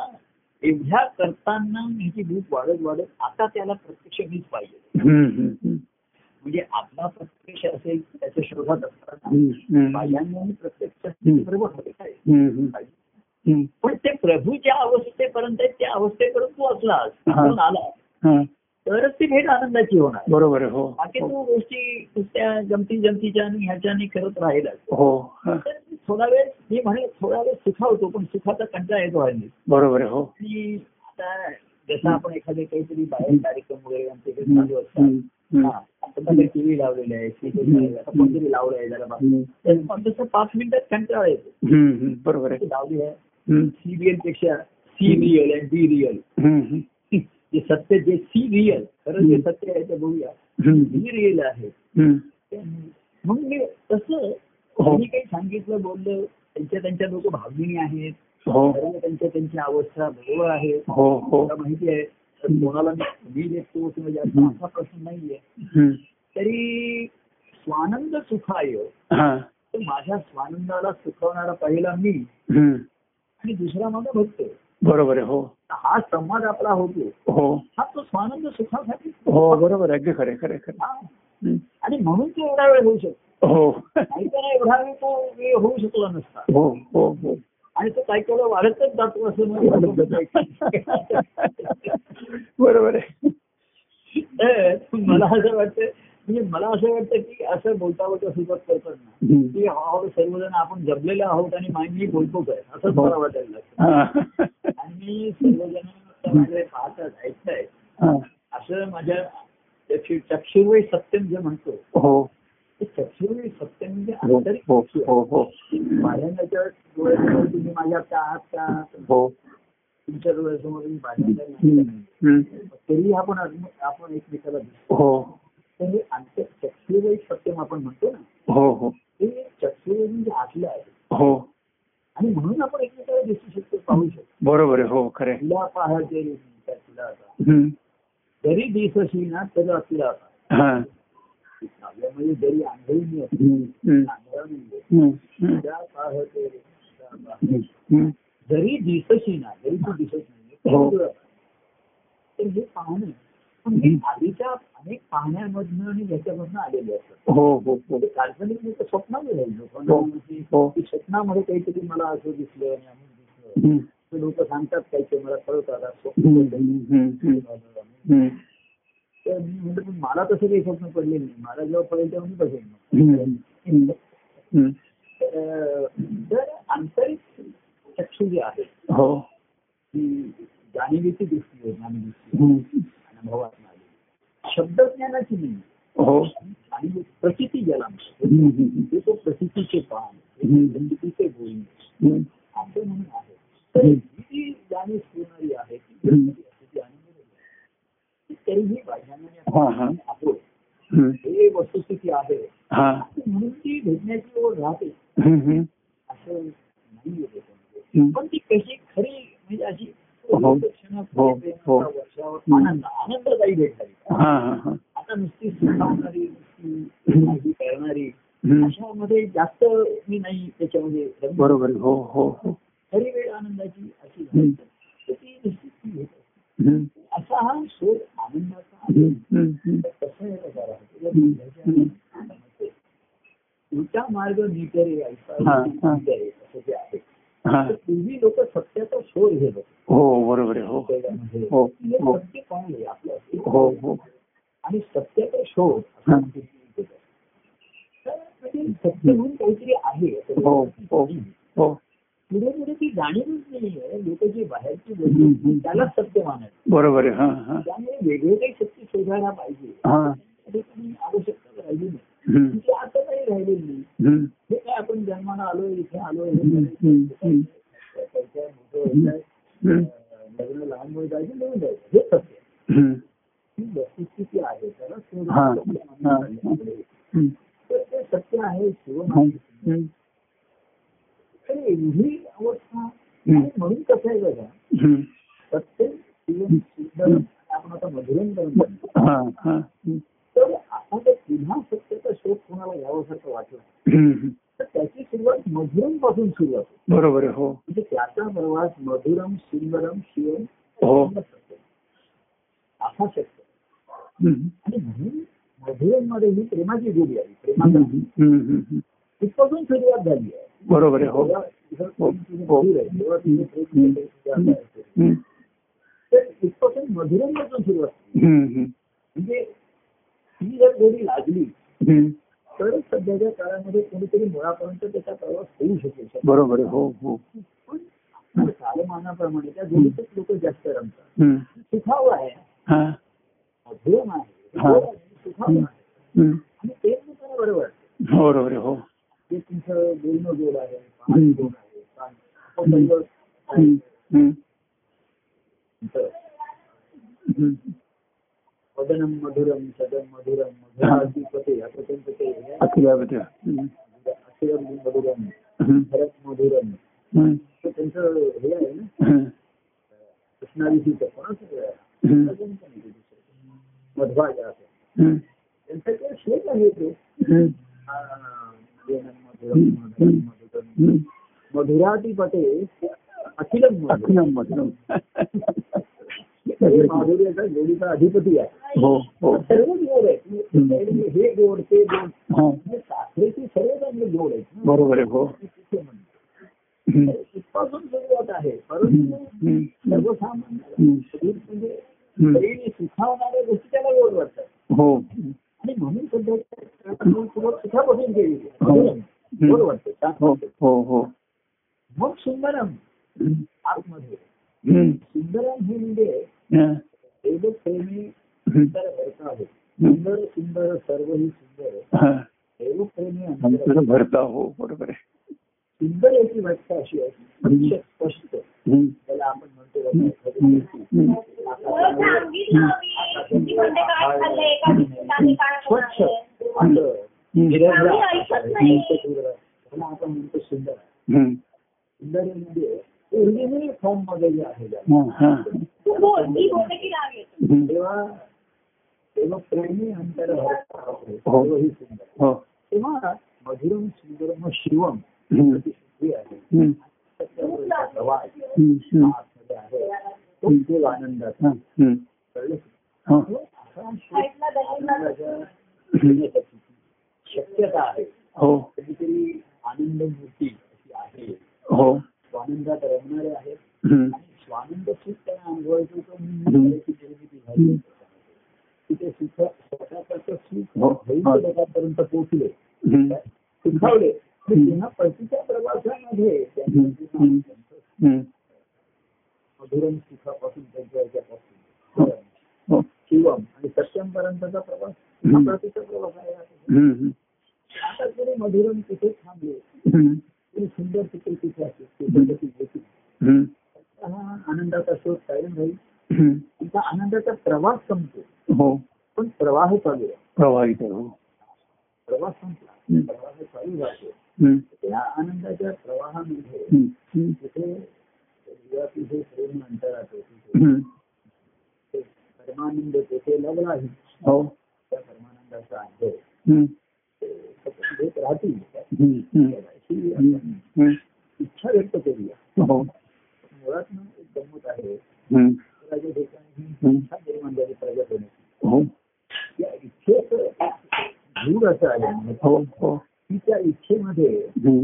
[SPEAKER 2] एवढ्या करताना ह्याची भूक वाढत वाढत आता त्याला प्रत्यक्ष मीच पाहिजे
[SPEAKER 1] हम्म. हम्म.
[SPEAKER 2] म्हणजे आपला प्रत्यक्ष असेल त्याच्या शोधात असताना
[SPEAKER 1] हम्म. हम्म.
[SPEAKER 2] बाह्यांनी प्रत्यक्ष
[SPEAKER 1] हम्म.
[SPEAKER 2] सर्व हवे आहे.
[SPEAKER 1] हम्म. हम्म. हम्म.
[SPEAKER 2] पण ते प्रभू ज्या अवस्थेपर्यंत आहे त्या अवस्थेपर्यंत तू असलास
[SPEAKER 1] हा.
[SPEAKER 2] म्हणून आला
[SPEAKER 1] हा.
[SPEAKER 2] तरच ती भेट आनंदाची होणार
[SPEAKER 1] बरोबर आहे हो
[SPEAKER 2] बाकी तू गोष्टी त्या जमती जमतीच्या आणि ह्याच्याने करत राहिलास
[SPEAKER 1] हो हा.
[SPEAKER 2] तर थोडा वेळ मी म्हणेल थोडा वेळ सुखावतो पण सुखाचा कंटाळा येतो हल्ली
[SPEAKER 1] बरोबर आहे हो
[SPEAKER 2] आणि आता जसं आपण एखादे काहीतरी बाहेर कार्यक्रम वगैरे आमचे इकडे चालू असतात
[SPEAKER 1] हम्म. हम्म.
[SPEAKER 2] हा, आता सगळे टीव्ही लावलेले आहे
[SPEAKER 1] हम्म.
[SPEAKER 2] कोणतरी लावलं आहे जरा बाहेर.
[SPEAKER 1] हम्म.
[SPEAKER 2] तर पण जसं पाच मिनिटात कंटाळा येतो
[SPEAKER 1] हम्म. हम्म. बरोबर आहे
[SPEAKER 2] ती लावली आहे
[SPEAKER 1] हम्म.
[SPEAKER 2] सीरियल पेक्षा सी रियल आणि बी रियल
[SPEAKER 1] हम्म.
[SPEAKER 2] जे सत्य जे सी रियल खरं जे सत्य आहे ते बघूया
[SPEAKER 1] हम्म.
[SPEAKER 2] बी रियल आहे
[SPEAKER 1] हम्म.
[SPEAKER 2] म्हणून मी तसं
[SPEAKER 1] हो
[SPEAKER 2] त्यांनी काही सांगितलं बोललं त्यांच्या त्यांच्या लोक भावनी आहेत
[SPEAKER 1] हो
[SPEAKER 2] सर्व त्यांच्या त्यांच्या अवस्था बरोबर आहे
[SPEAKER 1] हो हो
[SPEAKER 2] मला माहिती आहे तर कोणाला मी कमी देतो किंवा जास्त
[SPEAKER 1] हम्म.
[SPEAKER 2] असा प्रश्न नाहीये
[SPEAKER 1] हम्म.
[SPEAKER 2] तरी स्वानंद सुखाय
[SPEAKER 1] हा
[SPEAKER 2] तर माझ्या स्वानंदाला सुखवणारा पहिला मी
[SPEAKER 1] हम्म.
[SPEAKER 2] आणि दुसरा माझा भक्त
[SPEAKER 1] बरोबर आहे हो
[SPEAKER 2] हा संवाद आपला होतो
[SPEAKER 1] हो
[SPEAKER 2] हा तो स्वानंद सुखासाठी
[SPEAKER 1] हो बरोबर आहे. अगदी खरे खरे खरे
[SPEAKER 2] हा.
[SPEAKER 1] हम्म.
[SPEAKER 2] आणि म्हणून तो एवढा वेळ होऊ शकतो
[SPEAKER 1] हो
[SPEAKER 2] नाहीतर एवढा वेळ तो वेळ होऊ शकला नसता
[SPEAKER 1] हो हो हो
[SPEAKER 2] आणि तो काही थोडं वाढतच जातो असं म्हणजे
[SPEAKER 1] बरोबर आहे
[SPEAKER 2] तर मला असं वाटतं म्हणजे मला असं वाटतं की असं बोलता बोलता सुरुवात करताना
[SPEAKER 1] हम्म.
[SPEAKER 2] की आहोत सर्वजण आपण जमलेलो आहोत आणि मानवी बोलतो काय असंच
[SPEAKER 1] हो.
[SPEAKER 2] मला वाटायला लागतं
[SPEAKER 1] हा.
[SPEAKER 2] आणि सर्वजण माझ्याकडे पाहतात ऐकतायत
[SPEAKER 1] हा.
[SPEAKER 2] असं माझ्या चक्षु- चक्षुर्वय सत्यम जे म्हणतो
[SPEAKER 1] हो
[SPEAKER 2] ते चक्षुर्वय सत्यम म्हणजे
[SPEAKER 1] हो
[SPEAKER 2] आंतरिक
[SPEAKER 1] हो
[SPEAKER 2] चक्षु आहे.
[SPEAKER 1] हो हो
[SPEAKER 2] बाह्यांच्या डोळ्यासमोर तुम्ही माझ्या का आहात का
[SPEAKER 1] हो
[SPEAKER 2] तुमच्या डोळ्यासमोर तुम्ही बाह्यांच्या नाही
[SPEAKER 1] हम्म.
[SPEAKER 2] का?
[SPEAKER 1] हम्म.
[SPEAKER 2] तरी आपण अजून- आपण एकमेकाला दिसतो
[SPEAKER 1] हो
[SPEAKER 2] तर हे आंतर चक्षुर्वय सत्यम आपण म्हणतो ना
[SPEAKER 1] हो हो
[SPEAKER 2] हे चक्षुर्वय म्हणजे आतलं आहे
[SPEAKER 1] हो
[SPEAKER 2] आणि म्हणून आपण एकमेकाला दिसू शकतो पाहू शकतो
[SPEAKER 1] बरोबर आहे हो खरे
[SPEAKER 2] तुला पाहते रे मी त्या तुला आता.
[SPEAKER 1] हम्म.
[SPEAKER 2] जरी दिसशी ना तुला तुला आता.
[SPEAKER 1] हा
[SPEAKER 2] काव्यामध्ये जरी आंधळी मी असते,
[SPEAKER 1] हम्म. हम्म.
[SPEAKER 2] आंधळा मी आहे.
[SPEAKER 1] हम्म. हम्म.
[SPEAKER 2] तुला पाहते रे मी त्या तुला आता.
[SPEAKER 1] हम्म. हम्म.
[SPEAKER 2] जरी दिसशी ना जरी तू दिसत नाही
[SPEAKER 1] हो.
[SPEAKER 2] तुला आता. तर हे पाहणे पण हे आधीच्या अनेक पाहण्यामधनं आणि ह्याच्यामधनं आलेले असतात
[SPEAKER 1] हो हो हो
[SPEAKER 2] म्हणजे काल्पनिक नाही तर स्वप्नामध्ये राहील लोकांना
[SPEAKER 1] हो.
[SPEAKER 2] म्हणजे
[SPEAKER 1] हो.
[SPEAKER 2] की स्वप्नामध्ये काहीतरी मला असं दिसलं आणि अमुक दिसलं
[SPEAKER 1] हम्म.
[SPEAKER 2] लोक सांगतात काहीतरी मला कळत आला स्वप्न
[SPEAKER 1] हम्म.
[SPEAKER 2] पडलं.
[SPEAKER 1] हम्म. हम्म. हम्म.
[SPEAKER 2] तर मी म्हणतो पण मला तसं काही स्वप्न पडले नाही मला जेव्हा पडेल तेव्हा मी बघेन मग.
[SPEAKER 1] हम्म. हम्म. हम्म.
[SPEAKER 2] तर, अं, तर आंतरिक चक्षु जे आहे
[SPEAKER 1] हो
[SPEAKER 2] ती जाणीवेची दृष्टी आहे ज्ञानदृष्टी
[SPEAKER 1] हम्म.
[SPEAKER 2] अनुभवात आली शब्दज्ञानाची नाही
[SPEAKER 1] हो
[SPEAKER 2] आणि प्रचिती ज्याला म्हणतो
[SPEAKER 1] हम्म. हम्म.
[SPEAKER 2] ते तो प्रचितीचे पान
[SPEAKER 1] हम्म.
[SPEAKER 2] प्रचितीचे बोलणे
[SPEAKER 1] हम्म.
[SPEAKER 2] असं म्हणून आहे तर
[SPEAKER 1] हम्म.
[SPEAKER 2] ही जी जाणीव स्फुरणारी आहे ती
[SPEAKER 1] हम्म.
[SPEAKER 2] तरीही बाह्यांना
[SPEAKER 1] हा हा हा
[SPEAKER 2] आहोत
[SPEAKER 1] हम्म.
[SPEAKER 2] हे वस्तुस्थिती आहे
[SPEAKER 1] हा
[SPEAKER 2] म्हणून ती भेटण्याची ओढ राहते
[SPEAKER 1] हम्म, हम्म.
[SPEAKER 2] असं नाही होते
[SPEAKER 1] हम्म.
[SPEAKER 2] पण ती कशी खरी म्हणजे अशी
[SPEAKER 1] हो. हो. हो.
[SPEAKER 2] वर्षावर आनंद आनंददायी भेट झाली
[SPEAKER 1] हा हा हा
[SPEAKER 2] आता नुसती सुखावणारी नुसती
[SPEAKER 1] हम्म.
[SPEAKER 2] काळजी करणारी
[SPEAKER 1] हम्म.
[SPEAKER 2] अशामध्ये जास्त मी नाही त्याच्यामध्ये रमलो.
[SPEAKER 1] बरोबर आहे. हो हो हो
[SPEAKER 2] खरी वेळ आनंदाची अशी
[SPEAKER 1] हम्म.
[SPEAKER 2] तर ती नुसती ती भेट असते.
[SPEAKER 1] हम्म.
[SPEAKER 2] असा हा शोध आनंदाचा आहे.
[SPEAKER 1] हम्म, हम्म, हम्म.
[SPEAKER 2] कसा आहे प्रकार आहे त्याला
[SPEAKER 1] हम्म. हम्म.
[SPEAKER 2] समजते. उलटा मार्ग नीटरे ऐसा
[SPEAKER 1] हा, हा.
[SPEAKER 2] नीटरे असं जे आहे
[SPEAKER 1] हा
[SPEAKER 2] तर पूर्वी लोक सत्याचा शोध घेत होते
[SPEAKER 1] हो बरोबर आहे. हो
[SPEAKER 2] जगामध्ये.
[SPEAKER 1] हो,
[SPEAKER 2] हे
[SPEAKER 1] हो.
[SPEAKER 2] सत्य काय आहे आपलं
[SPEAKER 1] हो हाँ। हो
[SPEAKER 2] आणि तो सत्याचा शोध
[SPEAKER 1] हा.
[SPEAKER 2] आपण घेत होतो. तर म्हणजे सत्य म्हणून काहीतरी आहे असं
[SPEAKER 1] हो, हो.
[SPEAKER 2] नाही.
[SPEAKER 1] हो
[SPEAKER 2] पुढे पुढे ती जाणीवच नाहीये लोक जे बाहेरची
[SPEAKER 1] हम्म,
[SPEAKER 2] बोलतात
[SPEAKER 1] हम्म.
[SPEAKER 2] त्यालाच सत्य मानत
[SPEAKER 1] बरोबर आहे. हा हा
[SPEAKER 2] त्यामुळे वेगळे काही सत्य शोधायला पाहिजे
[SPEAKER 1] हा
[SPEAKER 2] हे काही आवश्यकता राहिली नाही
[SPEAKER 1] हम्म,
[SPEAKER 2] म्हणजे आता काही राहिलेली नाही
[SPEAKER 1] हम्म,
[SPEAKER 2] हे काय आपण जन्माला आलो इथे आलो
[SPEAKER 1] हम्म, हम्म, हम्म. हम्म,
[SPEAKER 2] लग्न लहान मुळे जायचं लिहून जायचं हे सत्य आहे.
[SPEAKER 1] हम्म,
[SPEAKER 2] ही वस्तुस्थिती आहे त्याला शोध
[SPEAKER 1] हा,
[SPEAKER 2] सत्य
[SPEAKER 1] हा, हो.
[SPEAKER 2] मानलं पाहिजे.
[SPEAKER 1] हम्म,
[SPEAKER 2] तर ते सत्य आहे शिव
[SPEAKER 1] हम्म, हम्म,
[SPEAKER 2] तर एवढी अवस्था
[SPEAKER 1] हम्म.
[SPEAKER 2] आणि म्हणून कसं आहे बघा
[SPEAKER 1] हम्म.
[SPEAKER 2] सत्य शिवम सुंदरम आपण आता मधुरम करतो
[SPEAKER 1] हा, हा, हम्म,
[SPEAKER 2] तर आता ते पुन्हा सत्याचा शोध कोणाला घ्यावासारखं वाटलं
[SPEAKER 1] हम्म.
[SPEAKER 2] तर त्याची सुरुवात मधुरम पासून सुरू होते
[SPEAKER 1] बरोबर आहे. हो
[SPEAKER 2] म्हणजे त्याचा प्रवास मधुरम सुंदरम शिवम
[SPEAKER 1] हो.
[SPEAKER 2] सत्य असा शक्य
[SPEAKER 1] हम्म,
[SPEAKER 2] आणि म्हणून मधुरम मध्ये ही प्रेमाची गोडी आहे
[SPEAKER 1] हम्म,
[SPEAKER 2] प्रेमाची
[SPEAKER 1] हम्म, हम्म.
[SPEAKER 2] तिथपासून सुरुवात झाली आहे
[SPEAKER 1] बरोबर आहे. हो
[SPEAKER 2] जेव्हा तिथं
[SPEAKER 1] हो.
[SPEAKER 2] प्रेम
[SPEAKER 1] हो.
[SPEAKER 2] मधुर आहे, जेव्हा तिथे प्रेम
[SPEAKER 1] हम्म.
[SPEAKER 2] आहे, तेव्हा काय असेल.
[SPEAKER 1] हम्म,
[SPEAKER 2] तर तिथपासून मधुरम पासून सुरुवात
[SPEAKER 1] हम्म, हम्म,
[SPEAKER 2] म्हणजे ही जर गोडी लागली
[SPEAKER 1] हम्म.
[SPEAKER 2] तर सध्याच्या काळामध्ये कोणीतरी मुळापर्यंत त्याचा प्रवास होऊ शकेल
[SPEAKER 1] बरोबर आहे. हो हो
[SPEAKER 2] पण आपल्या कालमानाप्रमाणे त्या गोडीतच लोक जास्त रमतात
[SPEAKER 1] हम्म.
[SPEAKER 2] सुखावं आहे
[SPEAKER 1] हा,
[SPEAKER 2] मधुरम आहे
[SPEAKER 1] हा.
[SPEAKER 2] गोड आहे, सुखावं
[SPEAKER 1] हम्म.
[SPEAKER 2] आहे
[SPEAKER 1] हम्म.
[SPEAKER 2] आणि तेच तुम्हाला बरं वाटतं
[SPEAKER 1] बरोबर आहे. हो
[SPEAKER 2] ते तुमचं बोलणं गोड आहे
[SPEAKER 1] हम्म.
[SPEAKER 2] पान गोड आहे पान अपंग आहे
[SPEAKER 1] हम्म, हम्म,
[SPEAKER 2] तुमचं
[SPEAKER 1] हम्म.
[SPEAKER 2] वदनम मधुरम सदन मधुरम मधुराधिपते अपतंत ते
[SPEAKER 1] अतिव्यापती. हम्म,
[SPEAKER 2] अक्षरम मधुरम
[SPEAKER 1] हम्म,
[SPEAKER 2] भरत मधुरम
[SPEAKER 1] हम्म,
[SPEAKER 2] तर त्यांचं हे आहे ना
[SPEAKER 1] हम्म,
[SPEAKER 2] कृष्णाविषयीचं कोणाचं हे आहे?
[SPEAKER 1] हम्म,
[SPEAKER 2] कोणाचं नाही दुसरं. मध्वाज असं
[SPEAKER 1] हम्म,
[SPEAKER 2] त्यांचं काही शेत आहे तो. ते
[SPEAKER 1] हम्म,
[SPEAKER 2] आ, वदनम मधुरम मधुरम मधुरम
[SPEAKER 1] हम्म.
[SPEAKER 2] मधुराधिपते अखिलम मधुरम
[SPEAKER 1] अतिनम मधुरम.
[SPEAKER 2] हे माधुर्याचा गोडीचा अधिपती आहे
[SPEAKER 1] हो हो
[SPEAKER 2] सर्व गोड आहेत
[SPEAKER 1] हम्म.
[SPEAKER 2] हे गोड ते गोड
[SPEAKER 1] हो
[SPEAKER 2] म्हणजे साखरेची सर्व चांगले गोड आहेत ना.
[SPEAKER 1] बरोबर आहे. हो
[SPEAKER 2] तिथे म्हणतात.
[SPEAKER 1] हम्म,
[SPEAKER 2] तर इथपासून सुरुवात आहे
[SPEAKER 1] हम्म,
[SPEAKER 2] परंतु
[SPEAKER 1] हम्म, हम्म,
[SPEAKER 2] सर्वसामान्य
[SPEAKER 1] हम्म,
[SPEAKER 2] शरीर म्हणजे
[SPEAKER 1] हम्म.
[SPEAKER 2] शरीर सुखावणाऱ्या गोष्टी त्याला गोड वाटतात
[SPEAKER 1] हो
[SPEAKER 2] आणि म्हणून सध्या सुरुवात सुखापासून केली आहे.
[SPEAKER 1] हो.
[SPEAKER 2] बरोबर? गोड वाटतं छान
[SPEAKER 1] हो
[SPEAKER 2] वाटतं.
[SPEAKER 1] हो हो
[SPEAKER 2] मग सुंदरम
[SPEAKER 1] हम्म,
[SPEAKER 2] आतमध्ये
[SPEAKER 1] हम्म,
[SPEAKER 2] सुंदरम हे म्हणजे
[SPEAKER 1] हा,
[SPEAKER 2] एवढे प्रेमी
[SPEAKER 1] हम्म,
[SPEAKER 2] सुंदर भरता आहे
[SPEAKER 1] हम्म.
[SPEAKER 2] सुंदर सुंदर सर्व ही सुंदर
[SPEAKER 1] हा,
[SPEAKER 2] एवढं प्रेमी अंतर.
[SPEAKER 1] संपूर्ण भरता हो बरोबर आहे.
[SPEAKER 2] सुंदर याची व्याख्या अशी आहे की
[SPEAKER 1] हम्म.
[SPEAKER 2] अतिशय स्पष्ट
[SPEAKER 1] हम्म,
[SPEAKER 2] त्याला आपण म्हणतो
[SPEAKER 1] हम्म,
[SPEAKER 2] एखादी
[SPEAKER 1] हम्म,
[SPEAKER 2] व्यक्ती
[SPEAKER 1] हम्म.
[SPEAKER 2] स्वच्छ
[SPEAKER 4] स्वच्छ
[SPEAKER 2] असं
[SPEAKER 1] हम्म.
[SPEAKER 2] निरभ्र
[SPEAKER 4] आम्ही ऐकत नाही.
[SPEAKER 2] निष्ठुर. त्याला आपण म्हणतो सुंदर
[SPEAKER 1] हम्म,
[SPEAKER 2] सुंदर म्हणजे ओरिजिनल फॉर्म मध्ये जे आहे ज्याला.
[SPEAKER 1] हा, हा. हम्म,
[SPEAKER 2] तेव्हा तेव्हा प्रेमी अंतर
[SPEAKER 1] हो.
[SPEAKER 2] ही सुंदर
[SPEAKER 1] हो
[SPEAKER 2] तेव्हा मधुरम सुंदरम शिवम
[SPEAKER 1] हम्म,
[SPEAKER 2] ती शुद्धी आहे
[SPEAKER 1] हम्म,
[SPEAKER 2] सत्याचा प्रवास
[SPEAKER 1] हम्म, हम्म.
[SPEAKER 2] आतमध्ये आहे तो देव आनंदाचा
[SPEAKER 1] हा, हम्म,
[SPEAKER 2] कळलं
[SPEAKER 1] हा,
[SPEAKER 2] असा शोध आनंदाच्या
[SPEAKER 1] हम्म.
[SPEAKER 2] येण्यासाठी शक्यता आहे
[SPEAKER 1] हो
[SPEAKER 2] कधीतरी आनंद मूर्ती अशी आहे
[SPEAKER 1] हो
[SPEAKER 2] स्वानंदात रमणारे आहेत
[SPEAKER 1] हम्म,
[SPEAKER 2] आणि स्वानंद सुख त्यांना अनुभवायचं होतं
[SPEAKER 1] हम्म.
[SPEAKER 2] म्हणून त्याची निर्मिती झाली तिथे सुख स्वतःचं सुख
[SPEAKER 1] हो.
[SPEAKER 2] भैंस जगापर्यंत पोहोचले
[SPEAKER 1] हम्म,
[SPEAKER 2] सुखावले आणि
[SPEAKER 1] हम्म.
[SPEAKER 2] तेव्हा परतीच्या प्रवासामध्ये त्यांचं
[SPEAKER 1] हम्म, हम्म. हम्म,
[SPEAKER 2] मधुरम सुखापासून त्यांच्या याच्यापासून
[SPEAKER 1] हो
[SPEAKER 2] शिवम आणि सत्यमपर्यंतचा प्रवास हा
[SPEAKER 1] हम्म.
[SPEAKER 2] परतीचा प्रवास आहे
[SPEAKER 1] हम्म, हम्म,
[SPEAKER 2] आता जरी मधुरम तिथे थांबले
[SPEAKER 1] हम्म,
[SPEAKER 2] तरी सुंदर तिथे तिथे असेल सुंदर ती गोष्ट.
[SPEAKER 1] हम्म,
[SPEAKER 2] हा आनंदाचा शोध कायम राहील
[SPEAKER 1] हम्म.
[SPEAKER 2] तुमचा आनंदाचा प्रवास संपतो
[SPEAKER 1] हो
[SPEAKER 2] पण पण प्रवाह चालू आहे
[SPEAKER 1] प्रवाहित आहे, हो.
[SPEAKER 2] प्रवास संपला
[SPEAKER 1] हम्म.
[SPEAKER 2] प्रवाह चालू राहतो
[SPEAKER 1] हम्म.
[SPEAKER 2] त्या आनंदाच्या प्रवाहामध्ये
[SPEAKER 1] हम्म. हम्म.
[SPEAKER 2] तिथे जेव्हा तुझे प्रेम अंतरात होते
[SPEAKER 1] हम्म.
[SPEAKER 2] परमानंद तेथे लागला आहे
[SPEAKER 1] हो.
[SPEAKER 2] त्या परमानंदाचा अनुभव
[SPEAKER 1] हम्म.
[SPEAKER 2] सतत घेत राहतील
[SPEAKER 1] हम्म. हम्म.
[SPEAKER 2] अशी आपण
[SPEAKER 1] हम्म.
[SPEAKER 2] इच्छा व्यक्त करूया
[SPEAKER 1] हो.
[SPEAKER 2] मुळात ना एक गंमत आहे
[SPEAKER 1] हम्म.
[SPEAKER 2] राजा ठिकाणी ही
[SPEAKER 1] हम्म.
[SPEAKER 2] इच्छा निर्माण झाली प्रजा होण्याची
[SPEAKER 1] हो.
[SPEAKER 2] या इच्छेचं जीव असं आहे
[SPEAKER 1] हो. हो.
[SPEAKER 2] की त्या इच्छेमध्ये
[SPEAKER 1] हम्म.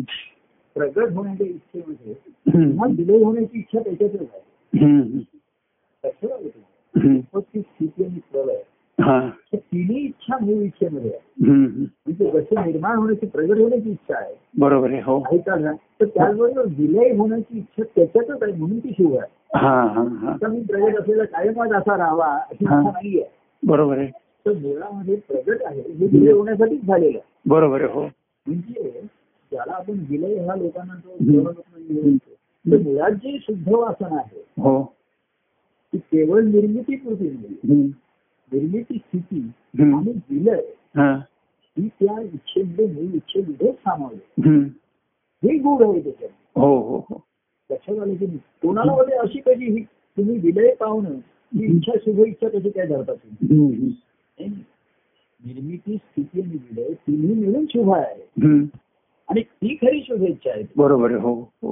[SPEAKER 2] प्रगट होण्याच्या इच्छेमध्ये पुन्हा
[SPEAKER 1] हम्म.
[SPEAKER 2] विलय होण्याची इच्छा त्याच्यातच आहे
[SPEAKER 1] हम्म.
[SPEAKER 2] लक्षात आलं तुम्हाला?
[SPEAKER 1] हम्म.
[SPEAKER 2] मग ती स्थिती आणि प्रलय
[SPEAKER 1] हा.
[SPEAKER 2] हे तिन्ही इच्छा मूळ इच्छेमध्ये आहे
[SPEAKER 1] हम्म.
[SPEAKER 2] म्हणजे जसं निर्माण होण्याची प्रगट होण्याची इच्छा आहे
[SPEAKER 1] बरोबर आहे हो
[SPEAKER 2] आहे का ना? तर त्याचबरोबर विलय होण्याची इच्छा त्याच्यातच आहे म्हणून ती शिव आहे
[SPEAKER 1] हा हा हा
[SPEAKER 2] आता मी प्रगट असलेला कायमच असा राहावा अशी इच्छा
[SPEAKER 1] हा.
[SPEAKER 2] नाहीये
[SPEAKER 1] बरोबर आहे
[SPEAKER 2] तर मुळामध्ये प्रगट आहे हे विलय होण्यासाठीच झालेलं आहे.
[SPEAKER 1] बरोबर आहे हो
[SPEAKER 2] म्हणजे ज्याला आपण विलय हा लोकांना जो
[SPEAKER 1] हम्म.
[SPEAKER 2] जवळ नाही म्हणतो, तर मुळात जे शुद्ध वासन आहे
[SPEAKER 1] हो
[SPEAKER 2] ती केवळ निर्मिती कृती नाही
[SPEAKER 1] हम्म.
[SPEAKER 2] निर्मिती स्थिती
[SPEAKER 1] हम्म.
[SPEAKER 2] आणि विलय
[SPEAKER 1] हा.
[SPEAKER 2] ही त्या इच्छेमध्ये मूळ इच्छेमध्ये सामावली
[SPEAKER 1] हम्म.
[SPEAKER 2] हे गुढ आहे त्याच्यात
[SPEAKER 1] हो हो हो
[SPEAKER 2] लक्षात आलं की नाही? कोणाला वाटते अशी कशी ही तुम्ही विलय पाहणं ही इच्छा शुभ इच्छा कशी काय धरता तुम्ही
[SPEAKER 1] हम्म.
[SPEAKER 2] नाही? निर्मिती स्थिती आणि विलय तिन्ही मिळून शुभ आहे
[SPEAKER 1] हम्म.
[SPEAKER 2] आणि ती खरी शुभेच्छा आहे
[SPEAKER 1] बरोबर आहे हो हो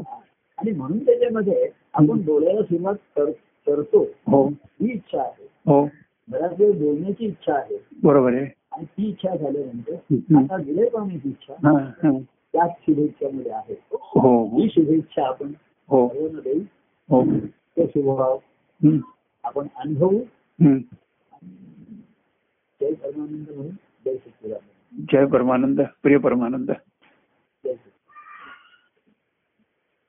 [SPEAKER 2] आणि म्हणून त्याच्यामध्ये आपण बोलायला सुरुवात कर- करतो
[SPEAKER 1] हो
[SPEAKER 2] ही इच्छा आहे
[SPEAKER 1] हो
[SPEAKER 2] बऱ्याच वेळ बोलण्याची इच्छा आहे
[SPEAKER 1] बरोबर आहे
[SPEAKER 2] आणि ती इच्छा झाल्यानंतर
[SPEAKER 1] हम्म.
[SPEAKER 2] आता विलय पाहण्याची इच्छा
[SPEAKER 1] हा, हा.
[SPEAKER 2] त्याच शुभेच्छामध्ये आहे
[SPEAKER 1] हो
[SPEAKER 2] ही शुभेच्छा आपण
[SPEAKER 1] हो
[SPEAKER 2] सर्वांना देऊ
[SPEAKER 1] हो
[SPEAKER 2] तो शुभभाव
[SPEAKER 1] हम्म.
[SPEAKER 2] आपण अनुभवू
[SPEAKER 1] हम्म.
[SPEAKER 2] जय परमानंद म्हणून जय सच्चिदानंद
[SPEAKER 1] जय परमानंद प्रिय परमानंद